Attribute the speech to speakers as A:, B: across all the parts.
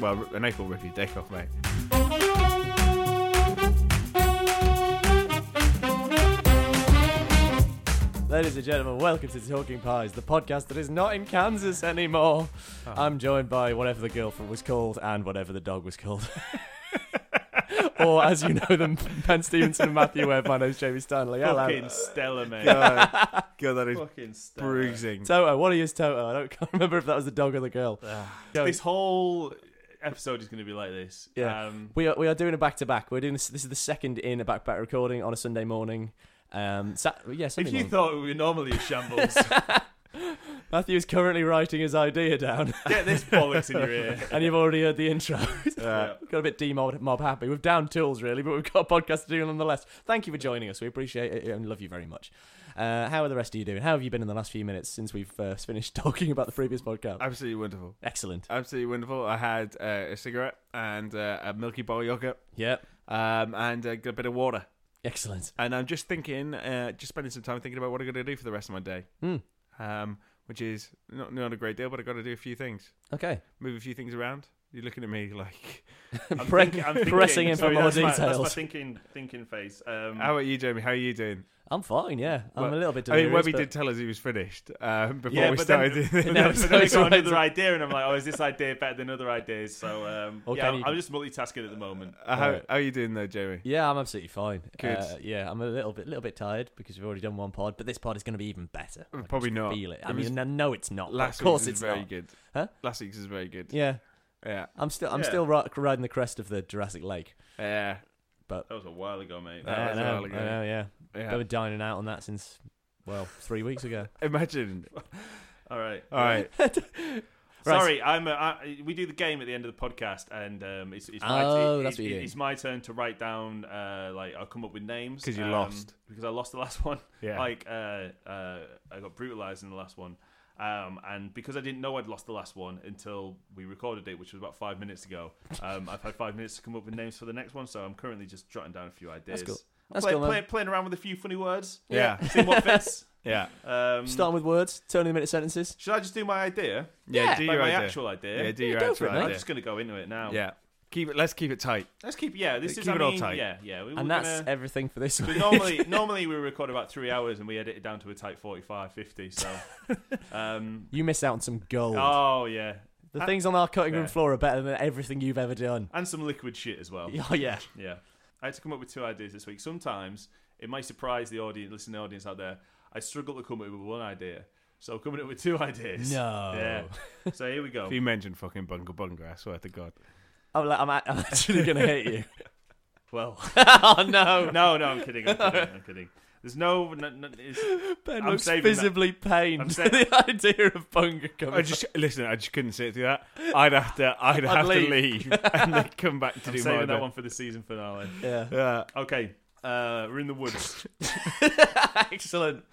A: well, an April review day off, mate.
B: Ladies and gentlemen, welcome to Talking Pies, the podcast that is not in Kansas anymore.
C: Ah.
B: I'm joined by whatever the girlfriend was called and whatever the dog was called. or as you know them, Ben Stevenson and Matthew Webb. My name's Jamie Stanley. Hello.
A: Fucking stellar, mate.
B: Uh,
A: God, that is
C: Fucking stellar.
A: bruising.
B: Toto, what is Toto? I don't can't remember if that was the dog or the girl. Go.
C: This whole episode is going to be like this.
B: Yeah.
C: Um,
B: We are, we are doing a back to back. We're doing this. This is the second in a back to back recording on a Sunday morning. Um, sat, yeah, Sunday
C: if you
B: morning.
C: thought we were normally a shambles,
B: Matthew is currently writing his idea down,
C: get this bollocks in your ear.
B: and you've already heard the intro.
A: Uh,
B: got a bit demob mob happy. We've down tools really, but we've got a podcast to do nonetheless. Thank you for joining us. We appreciate it and love you very much. Uh, how are the rest of you doing? How have you been in the last few minutes since we've uh, finished talking about the previous podcast?
A: absolutely wonderful.
B: Excellent.
A: Absolutely wonderful. I had uh, a cigarette and uh, a Milky Bar yogurt
B: Yep.
A: um, and uh, a bit of water.
B: Excellent.
A: And I'm just thinking, uh, just spending some time thinking about what I'm going to do for the rest of my day,
B: Hmm.
A: um, which is not, not a great deal, but I've got to do a few things.
B: Okay.
A: Move a few things around. You're looking at me like,
C: I'm
B: Pre-
C: thinking- I'm
B: pressing in for
C: sorry,
B: more
C: that's My, that's my
B: details.
C: thinking, thinking face.
B: Mm.
C: Um,
A: how about you, Jamie? How are you doing?
B: I'm fine. Yeah. I'm a
A: Well,
B: little bit.
A: I mean,
B: delirious,
A: Webby
B: but-
A: did tell us he was finished um, before
C: yeah,
A: we
C: but
A: started.
C: then,
A: doing
C: but
B: No,
C: then,
B: so
C: but then I
B: it's
C: got
B: alright.
C: another idea, and I'm like, oh, is this idea better than other ideas? So um,
B: Or
C: yeah,
B: can
C: I'm,
B: you-
C: I'm just multitasking at the moment.
A: Uh, how,
B: Alright.
A: how are you doing though, Jamie?
B: Yeah, I'm absolutely fine.
A: Good.
B: Uh, yeah, I'm a little bit, little bit tired because we've already done one pod, but this pod is going to be even better. I can
A: Probably
B: just
A: not.
B: Feel it.
A: It
B: I
A: was-
B: mean, no, no, it's not. but
A: Last
B: of course,
A: week's
B: it's
A: is very
B: not.
A: good.
B: Huh?
A: Last week's is very good.
B: Yeah,
A: Yeah,
B: I'm still, I'm
C: Yeah.
B: still ri- riding the crest of the Jurassic Lake.
A: yeah,
C: That was a while ago, mate.
A: That
B: I
A: was a
B: know,
A: while ago.
B: I know, yeah. I've
A: yeah.
B: been dining out on that since, well, three weeks ago.
A: Imagine.
C: All right.
A: All right.
B: Right.
C: Sorry, I'm. A, I, we do the game at the end of the podcast, and um, it's, it's my,
B: Oh,
C: it-
B: that's what you
C: it-
B: do.
C: it's my turn to write down. Uh, like I'll come up with names um,
A: 'Cause you lost.
C: Because I lost the last one.
A: Yeah.
C: Like uh, uh, I got brutalized in the last one, um, and because I didn't know I'd lost the last one until we recorded it, which was about five minutes ago. Um, I've had five minutes to come up with names for the next one, so I'm currently just jotting down a few ideas.
B: cool. That's
C: Play-
B: cool, man.
C: play- playing around with a few funny words.
A: Yeah.
C: See what fits.
A: yeah,
C: Um,
B: Starting with words, turning them into sentences.
C: Should I just do my idea?
A: yeah.
B: Yeah.
A: do
C: Like
A: your
C: my
A: idea.
C: actual idea.
A: Yeah, do
B: Yeah,
A: your
B: go
A: actual
B: for it, mate.
A: idea.
C: I'm just going to go into it now.
A: Yeah, keep it. Let's keep it tight.
C: Let's keep. Yeah, this
A: Keep
C: is. I
A: it all
C: mean,
A: tight.
C: Yeah, yeah. We,
B: And
C: we're
B: that's
C: gonna-
B: everything for this
C: but
B: week.
C: normally, normally we record about three hours and we edit it down to a tight 45, 50. So, um,
B: you miss out on some gold.
C: oh yeah,
B: the things on our cutting room
C: yeah.
B: floor are better than everything you've ever done.
C: and some liquid shit as well.
B: Oh, yeah.
C: Yeah. I had to come up with two ideas this week. Sometimes it might surprise the audience, listening audience out there. I struggle to come up with one idea, so coming up with two ideas.
B: No.
C: Yeah. So here we go.
A: If you mention fucking bunga bunga, I swear to God.
B: I'm, like, I'm, a- I'm actually going to hate you. Well. oh, no.
C: No, no, I'm kidding. I'm kidding. I'm kidding. There's no. no, no it's,
B: Ben
C: I'm
B: looks
C: saving that.
B: visibly pained
C: I'm
B: at
C: sa-
B: the idea of Bunga coming.
A: I just listen. I just couldn't sit through that. I'd have to. I'd have
B: leave.
A: to leave and then come back to
C: I'm
A: do
C: saving
A: my
C: that one for the season finale.
B: yeah.
A: Yeah.
C: Okay. Uh, we're in the woods.
B: Excellent.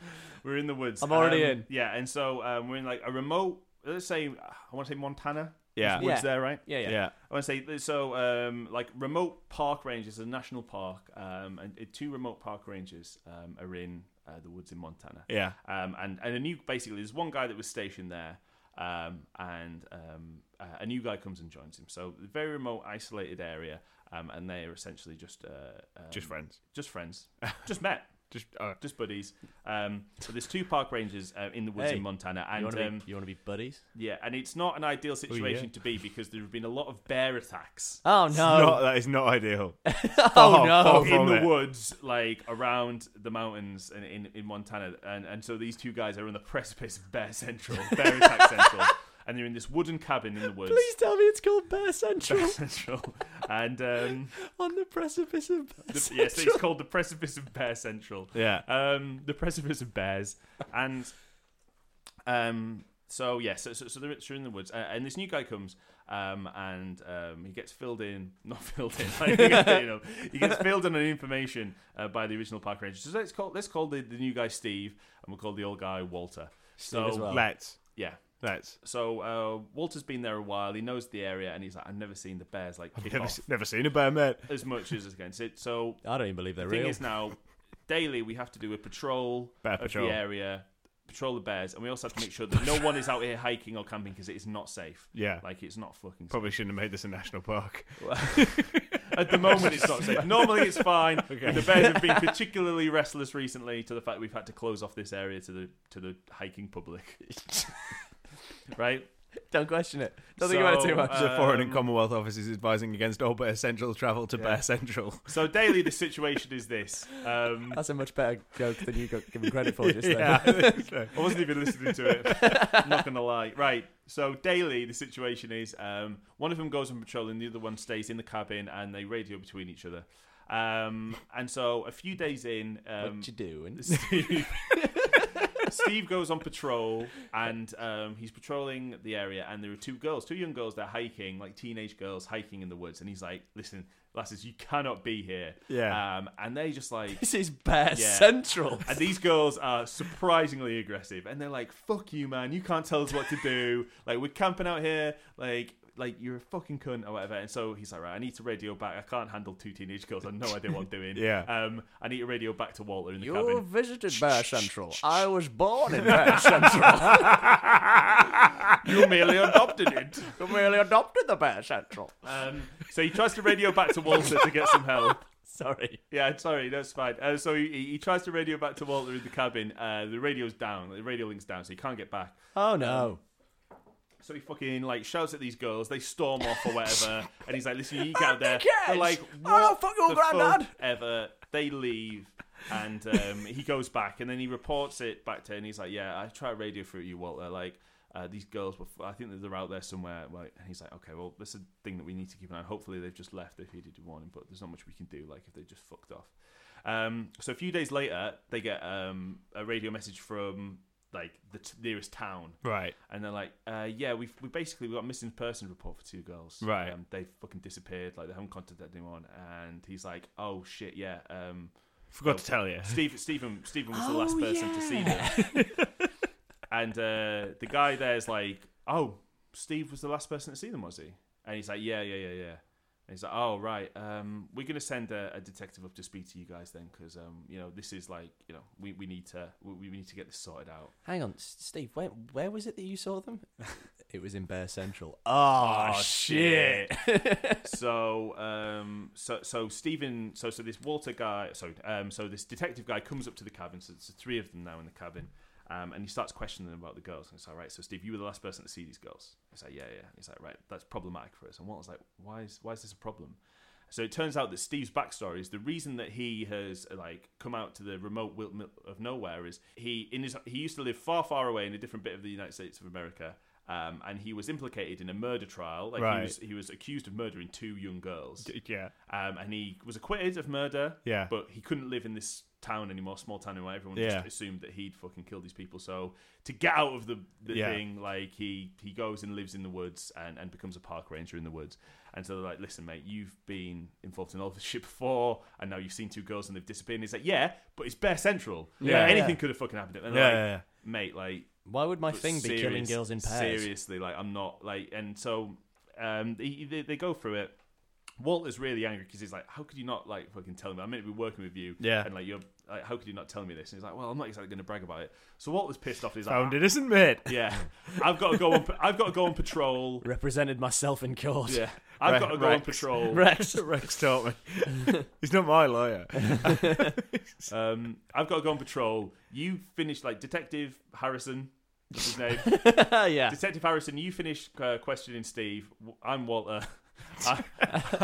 C: We're in the woods.
B: I'm already
C: Um,
B: in.
C: Yeah, and so um, we're in like a remote. Let's say I want to say Montana.
A: Yeah.
C: There's woods
B: Yeah.
C: there, right?
B: Yeah, yeah.
A: Yeah.
C: I want to say so. Um, like remote park ranges, a national park, um, and uh, two remote park ranges um, are in uh, the woods in Montana.
A: Yeah.
C: Um, and and a new basically there's one guy that was stationed there, um, and um, uh, a new guy comes and joins him. So very remote, isolated area, um, and they are essentially just uh, um,
A: Just friends.
C: just friends, just met
A: Just. Uh,
C: just buddies. Um, so there's two park rangers uh, in the woods
B: Hey,
C: in Montana,
B: You
C: and
B: want to
C: um,
B: be, Oh, you wanna be buddies?
C: yeah, and it's not an ideal situation to be because there have been a lot of bear attacks
B: Oh,
A: not,
B: no.
A: that is not ideal.
B: oh,
A: Oh,
B: no.
A: fuck.
C: in
A: from
C: the
A: it.
C: woods, like around the mountains and in, in Montana, and and so these two guys are on the precipice of Bear Central, Bear Attack Central, and they're in this wooden cabin in the woods.
B: Please tell me it's called Bear Central
C: Bear Central, and um,
B: on the precipice of Bear
C: the,
B: Central.
C: yeah, so it's called the precipice of Bear Central.
A: Yeah.
C: um, the precipice of bears, and um, so yeah, so so, so they're, they're in the woods, uh, and this new guy comes, um, and um, he gets filled in, not filled in, like, you know, he gets filled in on information uh, by the original park ranger. So let's call let's call the, the new guy Steve, and we'll call the old guy Walter. So
B: as well.
A: Let's.
C: yeah.
A: Let's.
C: So uh, Walter's been there a while. He knows the area, and he's like, "I've never seen the bears like kick
A: Never,
C: off
A: se- never seen a bear, mate.
C: as much as against it." So
B: I don't even believe they're
C: the thing
B: real.
C: is now daily we have to do a patrol
A: Bear
C: of
A: patrol.
C: the area patrol the bears, and we also have to make sure that no one is out here hiking or camping because it is not safe.
A: Yeah.
C: Like it's not fucking. Safe.
A: Probably shouldn't have made this a national park.
C: At the moment, it's not safe. Normally, it's fine. but The bears have been particularly restless recently, to the fact we've had to close off this area to the to the hiking public. right.
B: Don't question it. Don't think about it
C: So,
B: too much.
C: uh,
A: The Foreign and
C: Um,
A: Commonwealth offices advising against all Bear Central travel to
C: Yeah.
A: Bear Central.
C: So daily, the situation is this. Um,
B: That's a much better joke than you got given credit for just
A: yeah,
B: then.
A: I think so.
C: I wasn't even listening to it. I'm not gonna lie. Right. So daily, the situation is um, one of them goes on patrol and the other one stays in the cabin and they radio between each other. Um, and so a few days in, um,
B: what you doing?
C: Steve, Steve goes on patrol and um, he's patrolling the area and there are two girls, two young girls. They're hiking, like teenage girls hiking in the woods. And he's like, "Listen, lasses, you cannot be here."
A: Yeah.
C: Um, and they just like
B: This is Bear
C: Yeah.
B: Central.
C: and these girls are surprisingly aggressive, and they're like, "Fuck you, man! You can't tell us what to do. Like we're camping out here. Like, like you're a fucking cunt or whatever." And so he's like, "Right, I need to radio back. I can't handle two teenage girls. I have no idea what I'm doing.
A: Yeah.
C: Um, I need to radio back to Walter in the
B: You
C: cabin."
B: visited Bear Central. I was born in Bear Central.
C: You merely adopted it.
B: You merely adopted the Bear Central.
C: Um, so he tries to radio back to Walter to get some help.
B: Sorry.
C: Yeah, sorry, that's fine. Uh, so he, he tries to radio back to Walter in the cabin. Uh, the radio's down. The radio link's down, so he can't get back.
B: Oh no.
C: So he fucking like shouts at these girls. They storm off or whatever, and he's like, "Listen, you get out there." They're like,
B: Oh,
C: "What
B: no, fuck your
C: the
B: granddad."
C: fuck Ever they leave, and um, he goes back, and then he reports it back to, her, and he's like, "Yeah, I tried radio for you, Walter. Like, uh, these girls were. F- I think that they're out there somewhere." Like, and he's like, "Okay, well, that's a thing that we need to keep an eye. on. Hopefully, they've just left if he did warn him, but there's not much we can do. Like, if they just fucked off." Um, so a few days later, they get um, a radio message from like the t- nearest town
A: Right.
C: and they're like, uh, "Yeah, we've we basically we got a missing person report for two girls.
A: Right.
C: um, they fucking disappeared. Like they haven't contacted anyone." And he's like, "Oh shit, yeah." Um,
A: Forgot to tell you.
C: Steve, Stephen, Stephen was the last person to see them. and uh, the guy there's like, "Oh, Steve was the last person to see them, was he?" And he's like, "Yeah, yeah, yeah, yeah." And he's like, "Oh right, um, we're gonna send a, a detective up to speak to you guys then, because um, you know this is like, you know, we, we need to we, we need to get this sorted out."
B: Hang on, S- Steve. Where, where was it that you saw them? it was in Bear Central. Oh, shit.
C: so um so so Stephen so so this Walter guy so um so this detective guy comes up to the cabin so it's the three of them now in the cabin um and he starts questioning them about the girls and it's like right so Steve you were the last person to see these girls he's like yeah yeah he's like right that's problematic for us and Walter's like why is why is this a problem so it turns out that Steve's backstory is the reason that he has like come out to the remote wil- mil- of nowhere is he in his he used to live far far away in a different bit of the United States of America. Um, and he was implicated in a murder trial. Like he,
A: Right.
C: was, he was accused of murdering two young girls.
A: Yeah.
C: Um, and he was acquitted of murder.
A: Yeah.
C: But he couldn't live in this town anymore, small town anymore. Everyone
A: Yeah.
C: just assumed that he'd fucking killed these people. So to get out of the, the
A: Yeah.
C: thing, like he he goes and lives in the woods and, and becomes a park ranger in the woods. And so they're like, listen, mate, you've been involved in all this shit before, and now you've seen two girls and they've disappeared. And he's like, yeah, but it's Bear Central.
A: Yeah.
C: Like, anything
B: Yeah.
C: could have fucking happened. And
A: Yeah,
C: they're like,
A: yeah, yeah.
C: mate, like
B: Why would my
C: but
B: thing be killing
C: serious-
B: girls in pairs?
C: Seriously, like I'm not like, and so um, they, they, they go through it. Walter's really angry because he's like, "How could you not like fucking tell me? I'm meant to be working with you,
A: Yeah.
C: and like you're like, how could you not tell me this?" And he's like, "Well, I'm not exactly going to brag about it." So Walter's pissed off. He's like, "Ah,
A: Found it, isn't it?
C: "Yeah, I've got to go on. pa- I've got to go on patrol.
B: Represented myself in court.
C: Yeah, I've
A: Re-
C: got to go on
A: Rex.
C: patrol.
B: Rex.
A: Rex taught me. He's not my lawyer.
C: Um, I've got to go on patrol. You finish like Detective Harrison." That's his name.
B: yeah.
C: Detective Harrison, you finish uh, questioning Steve. W- I'm Walter. I-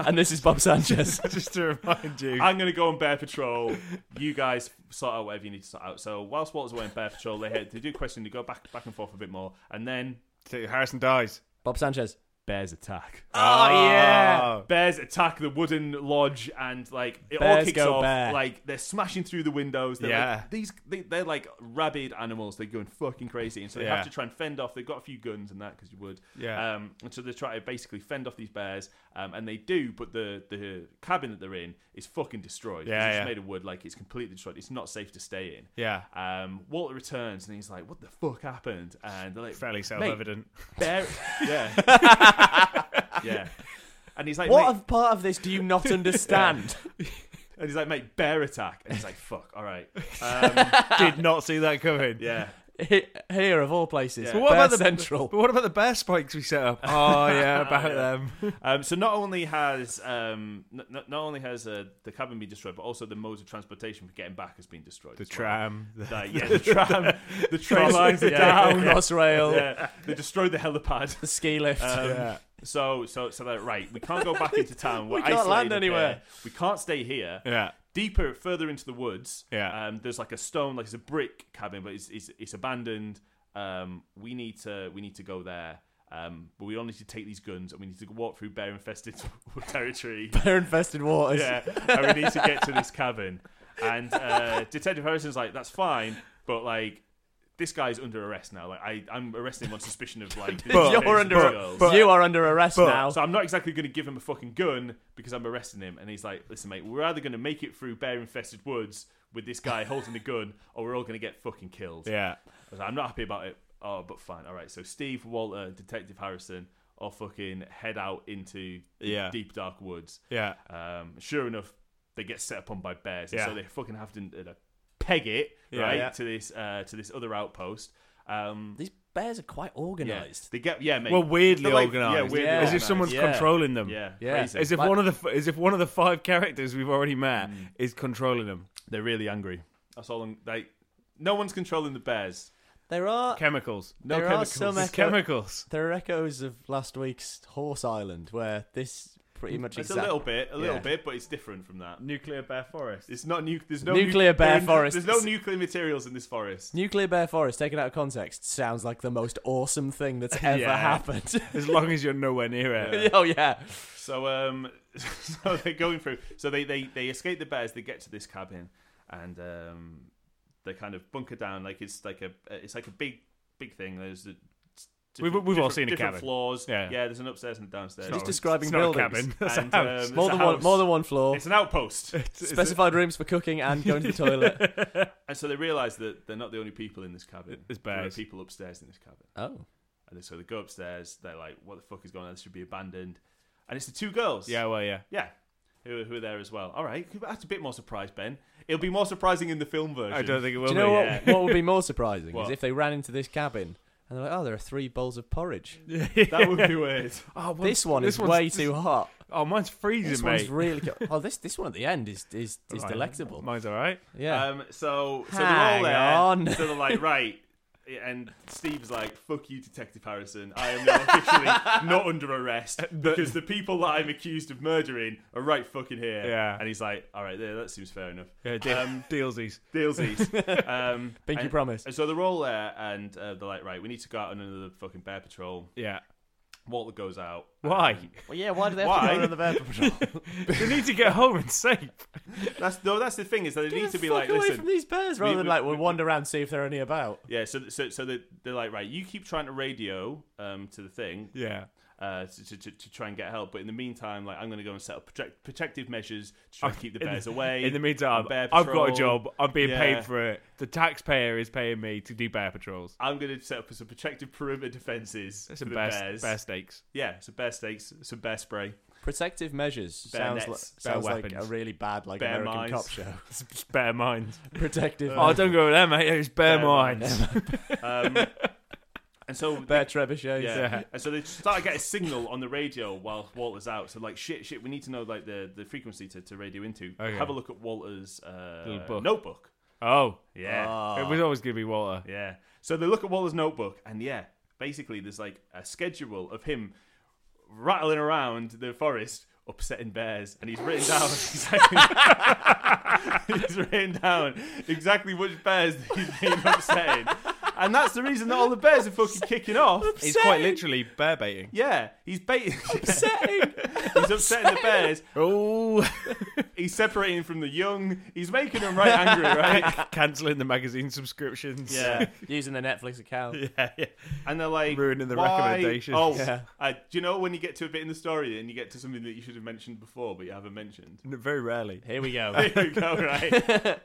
B: and this is Bob Sanchez.
A: Just to remind you.
C: I'm gonna go on bear patrol. You guys sort out whatever you need to sort out. So whilst Walter's away on bear patrol, they head, they do question. They go back back and forth a bit more, and then
A: Harrison dies.
B: Bob Sanchez.
C: bears attack.
B: Oh, yeah.
C: Bears attack the wooden lodge, and like it all
B: Bears
C: kicks
B: go
C: off.
B: bear.
C: Like they're smashing through the windows. They're
A: Yeah.
C: like, these they, they're like rabid animals. They're going fucking crazy, and so they
A: Yeah.
C: have to try and fend off. They've got a few guns and that because you would.
A: Yeah.
C: Um, and so they try to basically fend off these bears, um, and they do. But the the cabin that they're in is fucking destroyed. 'cause
A: Yeah,
C: It's
A: yeah.
C: made of wood. Like it's completely destroyed. It's not safe to stay in.
A: Yeah.
C: Um, Walter returns and he's like, "What the fuck happened?" And they're like,
A: Fairly self-evident.
C: "Bear, yeah, yeah." And he's like, "Mate,
B: What of part of this do you not understand?
C: and he's like, mate, bear attack. And he's like, fuck, all right. Um,
A: Did not see that coming.
C: yeah.
B: He- Here, of all places,
C: Yeah.
A: But what about
B: Bear
A: the-
B: Central.
A: But what about the bear spikes we set up? Oh yeah, about
C: Yeah.
A: them.
C: Um, so not only has um, n- n- not only has uh, the cabin been destroyed, but also the modes of transportation for getting back has been destroyed.
A: The
C: as well.
A: tram. the-
C: Like, yeah, the tram, the train lines are
B: yeah,
C: down.
B: Crossrail,
C: Yeah, they destroyed the helipad.
B: the ski lift.
C: Um,
A: yeah.
C: So, so, so that right, we can't go back into town. We're
B: We can't land
C: isolated
B: anywhere.
C: here. We can't stay here.
A: Yeah.
C: Deeper, further into the woods.
A: Yeah.
C: Um, there's like a stone, like it's a brick cabin, but it's it's, it's abandoned. Um, we need to we need to go there. Um, but we only need to take these guns, and we need to walk through bear-infested territory.
B: Bear infested waters.
C: yeah, and we need to get to this cabin. And uh, Detective Harrison's like, that's fine, but like, this guy's under arrest now. Like, I, I'm arresting him on suspicion of like, this
A: But-
C: thing's
B: You're under
C: with
A: but-
C: girls.
A: but-
B: you are under arrest
A: but-
B: now.
C: so I'm not exactly going to give him a fucking gun because I'm arresting him. And he's like, listen, mate, we're either going to make it through bear-infested woods with this guy holding the gun, or we're all going to get fucking killed.
A: Yeah.
C: I was like, I'm not happy about it. Oh, but fine. All right. So Steve, Walter, Detective Harrison, all fucking head out into the
A: Yeah.
C: deep dark woods.
A: Yeah.
C: Um, sure enough, they get set upon by bears, and
A: Yeah.
C: so they fucking have to uh, peg it
A: Yeah.
C: right
B: Yeah.
C: to this uh, to this other outpost. Um,
B: These bears are quite
C: yeah,
B: organised.
C: they get yeah, mate.
A: Well, weirdly
C: They're like-
A: organized.
C: yeah, weirdly
B: Yeah.
A: As if
C: organised.
A: someone's
B: Yeah.
A: controlling them.
C: yeah,
B: Yeah.
C: crazy.
A: As if
B: Like-
A: one of the as if one of the five characters we've already met
C: Hmm.
A: is controlling them.
C: they're really angry. That's all. I'm- Like, no one's controlling the bears.
B: There are
A: Chemicals.
C: No
B: Uh, There are
C: chemicals.
B: some
A: It's
B: echo-
A: chemicals.
B: there are echoes of last week's Horse Island, where this pretty much
C: it's
B: exact-
C: a little bit, a little
B: yeah.
C: bit, but it's different from that.
A: Nuclear bear forest.
C: It's not nu- There's no
B: Nuclear
C: nuc-
B: bear
C: there's-
B: forest.
C: There's no nuclear materials in this forest.
B: Nuclear Bear Forest, taken out of context, sounds like the most awesome thing that's ever
A: Yeah.
B: happened.
A: As long as you're nowhere near it.
B: oh yeah,
C: So um, so they're going through. So they they they escape the bears. They get to this cabin, and um, they kind of bunker down. Like it's like a it's like a big big thing. There's a,
A: We've- we've all
C: different-
A: seen a
C: different
A: cabin.
C: floors.
A: Yeah.
C: yeah. There's an upstairs and a downstairs.
B: Just
A: It's
B: describing
A: it's not a
B: buildings.
A: cabin. That's
C: And,
A: a house.
C: um,
B: more
C: It's
B: than
C: a
B: one,
C: house.
B: more than one floor.
C: It's an outpost,
A: It's a-
B: Specified rooms for cooking and going to the toilet.
C: and so they realise that they're not the only people in this cabin.
A: There's
C: There are
A: bears.
C: people upstairs in this cabin,
B: Oh,
C: and so they go upstairs. They're like, "What the fuck is going on? This should be abandoned." And it's the two girls.
A: Yeah, well, yeah.
C: Yeah. Who are, who are there as well? All right, that's a bit more surprised, Ben. It'll be more surprising in the film version.
A: I don't think it will
B: do you know
A: be.
B: what?
C: yeah.
B: What would be more surprising is
C: What?
B: if they ran into this cabin and they're like, "Oh, there are three bowls of porridge.
C: that would be weird.
A: Oh, one-
B: This one is
A: one's-
B: way
A: this-
B: too hot.
A: Oh, mine's freezing,
B: This
A: mate.
B: one's really good. Oh, this this one at the end is is is
A: Right.
C: Uh,
B: delectable.
A: Mine's all right.
B: Yeah,
C: Um, so, so
B: Hang
C: they're all
B: on.
C: there. So they're like, right. And Steve's like, fuck you, Detective Harrison. I am now officially not under arrest
A: Uh,
C: because the people that I'm accused of murdering are right fucking here.
A: Yeah.
C: And he's like, all right, there, that seems fair enough.
A: Yeah, deal,
C: Um,
A: dealsies.
C: Dealsies. Um,
B: pinky
C: and-
B: promise.
C: and so they're all there and uh, they're like, right, we need to go out on another fucking bear patrol.
A: Yeah.
C: Walter goes out.
A: Why?
B: Well, yeah. Why do they
C: have to go Why? on
B: the bear patrol?
A: they need to get home and safe.
C: That's no. That's the thing is that they need to be like,
B: away
C: listen,
B: from these bears rather
C: we-
B: than
C: we-
B: like we'll
C: we-
B: wander around and see if they're any about.
C: yeah. So so so they, they're like, right, you keep trying to radio um to the thing
A: Yeah.
C: uh to, to, to, to try and get help, but in the meantime, like I'm going to go and set up protect, protective measures to try and keep the
A: In the-
C: bears away.
A: In the meantime,
C: on bear
A: I've got a
C: patrol.
A: job. I'm being
C: Yeah.
A: paid for it. The taxpayer is paying me to do bear patrols.
C: I'm going to set up some protective perimeter defenses
A: That's
C: for
A: some
C: the
A: bear,
C: bears.
A: bear stakes.
C: Yeah, some bear stakes, some bear spray,
B: Protective measures
C: Bear nets,
B: sounds, li-
C: bear
B: sounds like a
A: weapons.
B: really bad like
C: Bear
B: American
C: mines.
B: cop show.
A: It's bear minds.
B: Protective
C: Uh,
A: Oh, don't go over there, mate. It's bear,
C: Bear
A: minds.
C: um, and so
B: bear trebuchets.
C: Yeah.
A: Yeah.
C: And so they start to get a signal on the radio while Walter's out. So like shit, shit, we need to know like the, the frequency to, to radio into.
A: Okay.
C: Have a look at Walter's uh,
A: Little book.
C: notebook.
A: Oh,
C: Yeah.
B: Ah.
A: it was always going to be Walter.
C: Yeah. So they look at Walter's notebook and yeah, basically there's like a schedule of him rattling around the forest upsetting bears and he's written down exactly he's written down exactly which bears that he's been upsetting. And that's the reason that all the bears are fucking kicking off.
A: He's quite literally bear baiting.
C: Yeah, he's baiting.
B: Upsetting.
C: He's upsetting the bears.
A: Oh,
C: He's separating from the young. He's making them right angry, right?
A: cancelling the magazine subscriptions.
C: Yeah.
B: Using the Netflix account.
A: yeah, yeah.
C: And they're like
A: Ruining the
C: why-
A: recommendations.
C: Oh,
B: Yeah.
C: uh, do you know when you get to a bit in the story and you get to something that you should have mentioned before but you haven't mentioned?
A: Very rarely.
B: Here we go.
C: There you go, right?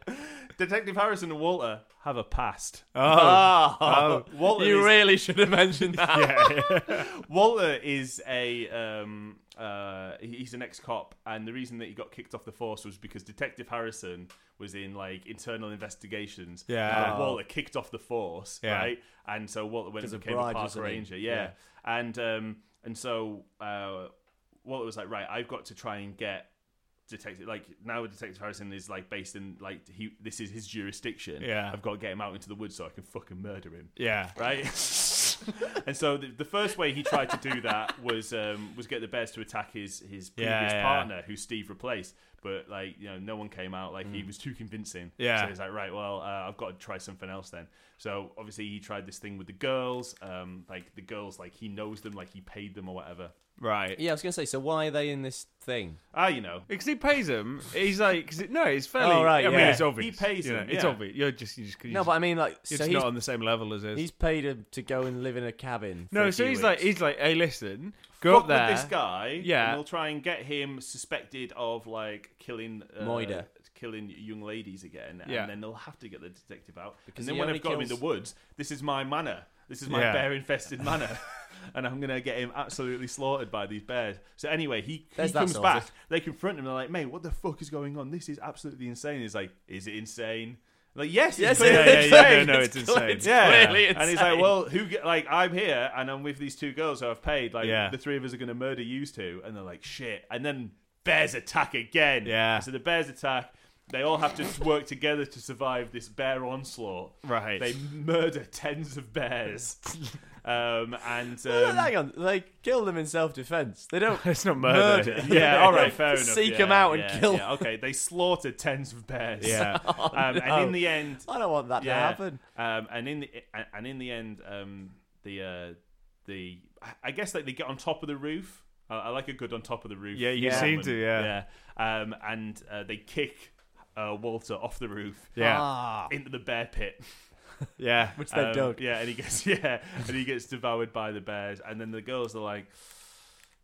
C: Detective Harrison and Walter have a past.
A: Oh,
B: Oh,
C: Walter
B: you
C: is-
B: really should have mentioned that.
C: Walter is a um, uh, he- he's an ex cop, and the reason that he got kicked off the force was because Detective Harrison was in like internal investigations.
A: Yeah. Oh.
C: and Walter kicked off the force,
A: Yeah.
C: right? And so Walter went
B: 'Cause
C: and
B: of
C: became
B: bribes
C: a
B: or
C: park
B: something.
C: ranger. Yeah, and um, and so uh, Walter was like, right, I've got to try and get. Detective, like now, Detective Harrison is like based in like he. This is his jurisdiction.
A: Yeah.
C: I've got to get him out into the woods so I can fucking murder him
A: yeah.
C: right? and so the, the first way he tried to do that was um, was get the bears to attack his his previous
A: Yeah, yeah.
C: partner, who Steve replaced. But like you know, no one came out. Like he was too convincing.
A: Mm. Yeah.
C: So he's like, right, well, uh, I've got to try something else then. So obviously he tried this thing with the girls. Um, like the girls, like he knows them, like he paid them or whatever.
A: Right.
B: Yeah, I was gonna say. So why are they in this thing?
C: Ah, you know.
A: Because he pays him, he's like, cause it, no, it's fairly.
B: Oh, right,
A: I mean,
B: yeah.
A: it's obvious.
C: He pays
A: you know,
C: him,
A: It's
C: yeah.
A: obvious. You're just, you just, you
B: No, but I mean, like,
A: you're
B: so
A: just
B: he's,
A: not on the same level as us.
B: he's paid him to go and live in a cabin. for
A: No,
B: a
A: so
B: few
A: he's like,
B: weeks.
A: he's like, hey, listen, go
C: Fuck
A: up there.
C: with this guy.
A: Yeah.
C: And we'll try and get him suspected of like killing uh,
B: Moida.
C: killing young ladies again. And
A: Yeah.
C: then they'll have to get the detective out.
B: Because
C: and
B: he
C: then when
B: only
C: I've got him in the
B: kills-
C: woods, this is my manor. This is my
A: Yeah.
C: bear infested manor. and I'm gonna get him absolutely slaughtered by these bears. So anyway, he, he
B: There's that
C: comes
B: sorted.
C: back, they confront him, they're like, mate, what the fuck is going on? This is absolutely insane. He's like, Is it insane? Like, yes, it's
B: Yes,
C: clearly
B: it is.
C: insane."
A: Yeah, yeah, no, no, it's insane.
B: It's
C: yeah.
B: clearly
C: And he's
B: insane.
C: like, well, who? Get, like, I'm here and I'm with these two girls who I've paid. Like,
A: Yeah.
C: the three of us are going to murder you two. And they're like, shit. And then bears attack again.
A: Yeah.
C: So the bears attack. They all have to work together to survive this bear onslaught.
A: Right.
C: They murder tens of bears. um, and
B: No, no,
C: um,
B: hang on, they kill them in self-defense. They don't.
A: it's not murder.
B: Murder.
C: yeah, all right, fair enough.
B: Seek
C: yeah,
B: 'em out and
C: yeah,
B: kill Oh,
C: Yeah, okay, they slaughtered tens of bears.
A: Yeah.
C: um,
B: no.
C: And in the end,
B: I don't want that to happen.
C: Um, and in the and- and in the end, um, the uh, the I- I guess like they get on top of the roof. I, I like a good on top of the roof.
A: Yeah, you
C: moment.
A: seem to, yeah.
C: Yeah. Um, and uh, they kick uh, Walter off the roof
A: Yeah.
B: Ah,
C: into the bear pit.
A: Yeah.
B: which they
C: Um,
B: don't.
C: Yeah, and he gets yeah, and he gets devoured by the bears. And then the girls are like.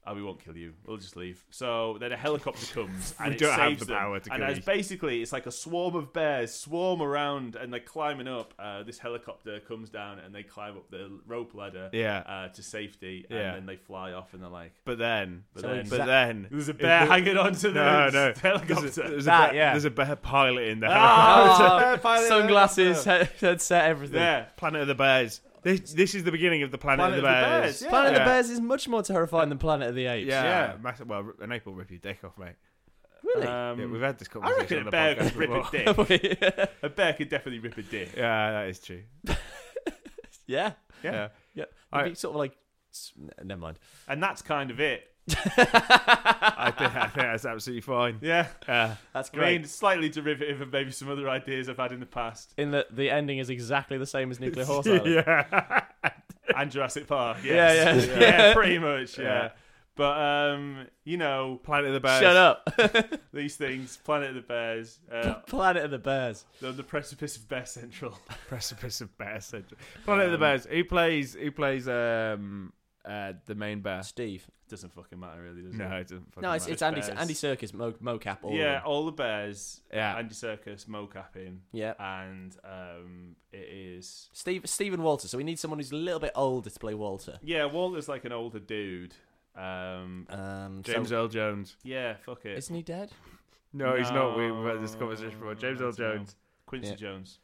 C: Oh, we won't kill you. We'll just leave. So then a helicopter comes and
A: We
C: it
A: don't have
C: saves
A: the
C: them.
A: power to
C: and
A: kill
C: as
A: you.
C: basically, it's like a swarm of bears swarm around and they're climbing up. Uh, this helicopter comes down and they climb up the rope ladder
A: Yeah.
C: uh, to safety.
A: Yeah.
C: And then they fly off and they're like,
A: But then, but
C: So
A: then,
C: is
A: but
B: that-
A: then,
C: "There's a bear hanging onto the
A: no, no,
C: helicopter."
A: There's a, there's a
B: That,
A: bear,
B: yeah.
A: there's a bear pilot in there.
C: Ah,
B: Ah,
C: it's a bear pilot.
B: sunglasses, head- headset, everything.
C: yeah,
A: Planet of the Bears. This, this is the beginning of the Planet,
C: Planet
A: of the Bears.
C: yeah.
B: Planet of
A: Yeah.
B: the Bears is much more terrifying than Planet of the Apes.
A: Yeah,
C: Yeah.
A: massive. Well, an ape will rip your dick off, mate.
B: Really?
C: Um,
A: yeah, we've had this
C: I
A: conversation.
C: reckon
A: on
C: a
A: the
C: bear
A: podcast
C: could rip a
A: before.
C: dick. A bear could definitely rip a dick.
A: Yeah, that is true.
B: yeah.
A: Yeah.
B: Yep.
A: I-
B: It'd be sort of like. s- n- Never mind.
C: And that's kind of it.
A: I, think, I think that's absolutely fine.
C: Yeah.
A: Yeah.
B: That's
C: I
B: great.
C: mean, slightly derivative of maybe some other ideas I've had in the past.
B: in that the ending is exactly the same as Nuclear Horse Island.
A: yeah.
C: And Jurassic Park. Yes.
B: yes. Yeah, yeah.
C: pretty much. Yeah.
A: Yeah.
C: But, um, you know,
A: Planet of the Bears.
B: Shut up.
C: these things Planet of the Bears, uh,
B: Planet of the Bears.
C: they're on the precipice of Bear Central.
A: Precipice of Bear Central. Planet of the
C: Um,
A: Bears. Who plays? Who plays? Um, uh, the main bear.
B: Steve.
C: Doesn't fucking matter, really, does
A: No,
C: it?
A: it doesn't. fucking
B: No, it's,
A: matter.
B: it's Andy
C: Bears.
B: Andy Circus mo- mocap. All
C: yeah,
B: yeah.
C: all the bears,
A: yeah.
C: Andy Circus, mocapping,
B: Yeah.
C: and um, it is.
B: Steve Stephen Walter. So we need someone who's a little bit older to play Walter.
C: Yeah, Walter's like an older dude. Um,
B: Um,
A: James
B: so,
A: Earl Jones.
C: yeah, fuck it.
B: isn't he dead?
A: No, he's not. We- We've
C: No,
A: had this conversation before. James Earl
C: that's no.
A: Jones.
C: Quincy
B: Yeah.
C: Jones,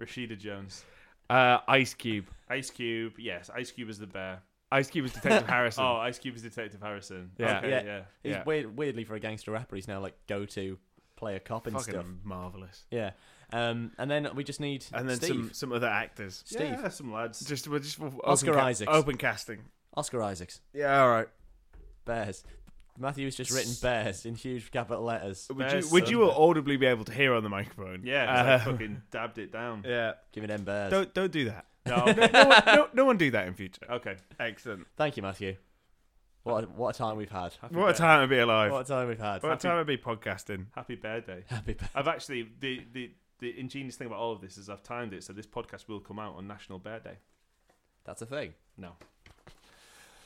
C: Rashida Jones,
A: uh, Ice Cube.
C: Ice Cube. Yes, Ice Cube is the bear.
A: Ice Cube is Detective Harrison.
C: Oh, Ice Cube is Detective Harrison.
A: Yeah.
C: okay,
B: Yeah.
C: yeah.
B: He's
A: Yeah.
B: weird, weirdly for a gangster rapper. He's now like go to play a cop and
A: fucking
B: stuff.
A: marvelous.
B: Yeah. Um, and then we just need
A: And then
B: Steve.
A: some some other actors.
B: Steve.
C: Yeah, some lads.
A: Just we're just open
B: Oscar
A: ca-
B: Isaacs.
A: Open casting.
B: Oscar Isaacs.
A: Yeah, all right.
B: Bears. Matthew's just written bears in huge capital letters.
A: Would
C: There's
A: you would you
C: some.
A: audibly be able to hear on the microphone?
C: yeah, 'cause I
A: Uh,
C: fucking dabbed it down.
A: yeah.
B: Give me them bears.
A: Don't don't do that.
C: No,
A: no, one, no, no one do that in future.
C: okay.
A: Excellent.
B: Thank you, Matthew. What a, what a time we've had.
C: Happy
A: What a
C: bear-
A: time to be alive.
B: What a time we've had.
A: What a time to be podcasting.
C: Happy Bear Day.
B: Happy bear.
C: I've actually the the. The ingenious thing about all of this is I've timed it so this podcast will come out on National Bear Day.
B: That's a thing.
C: No,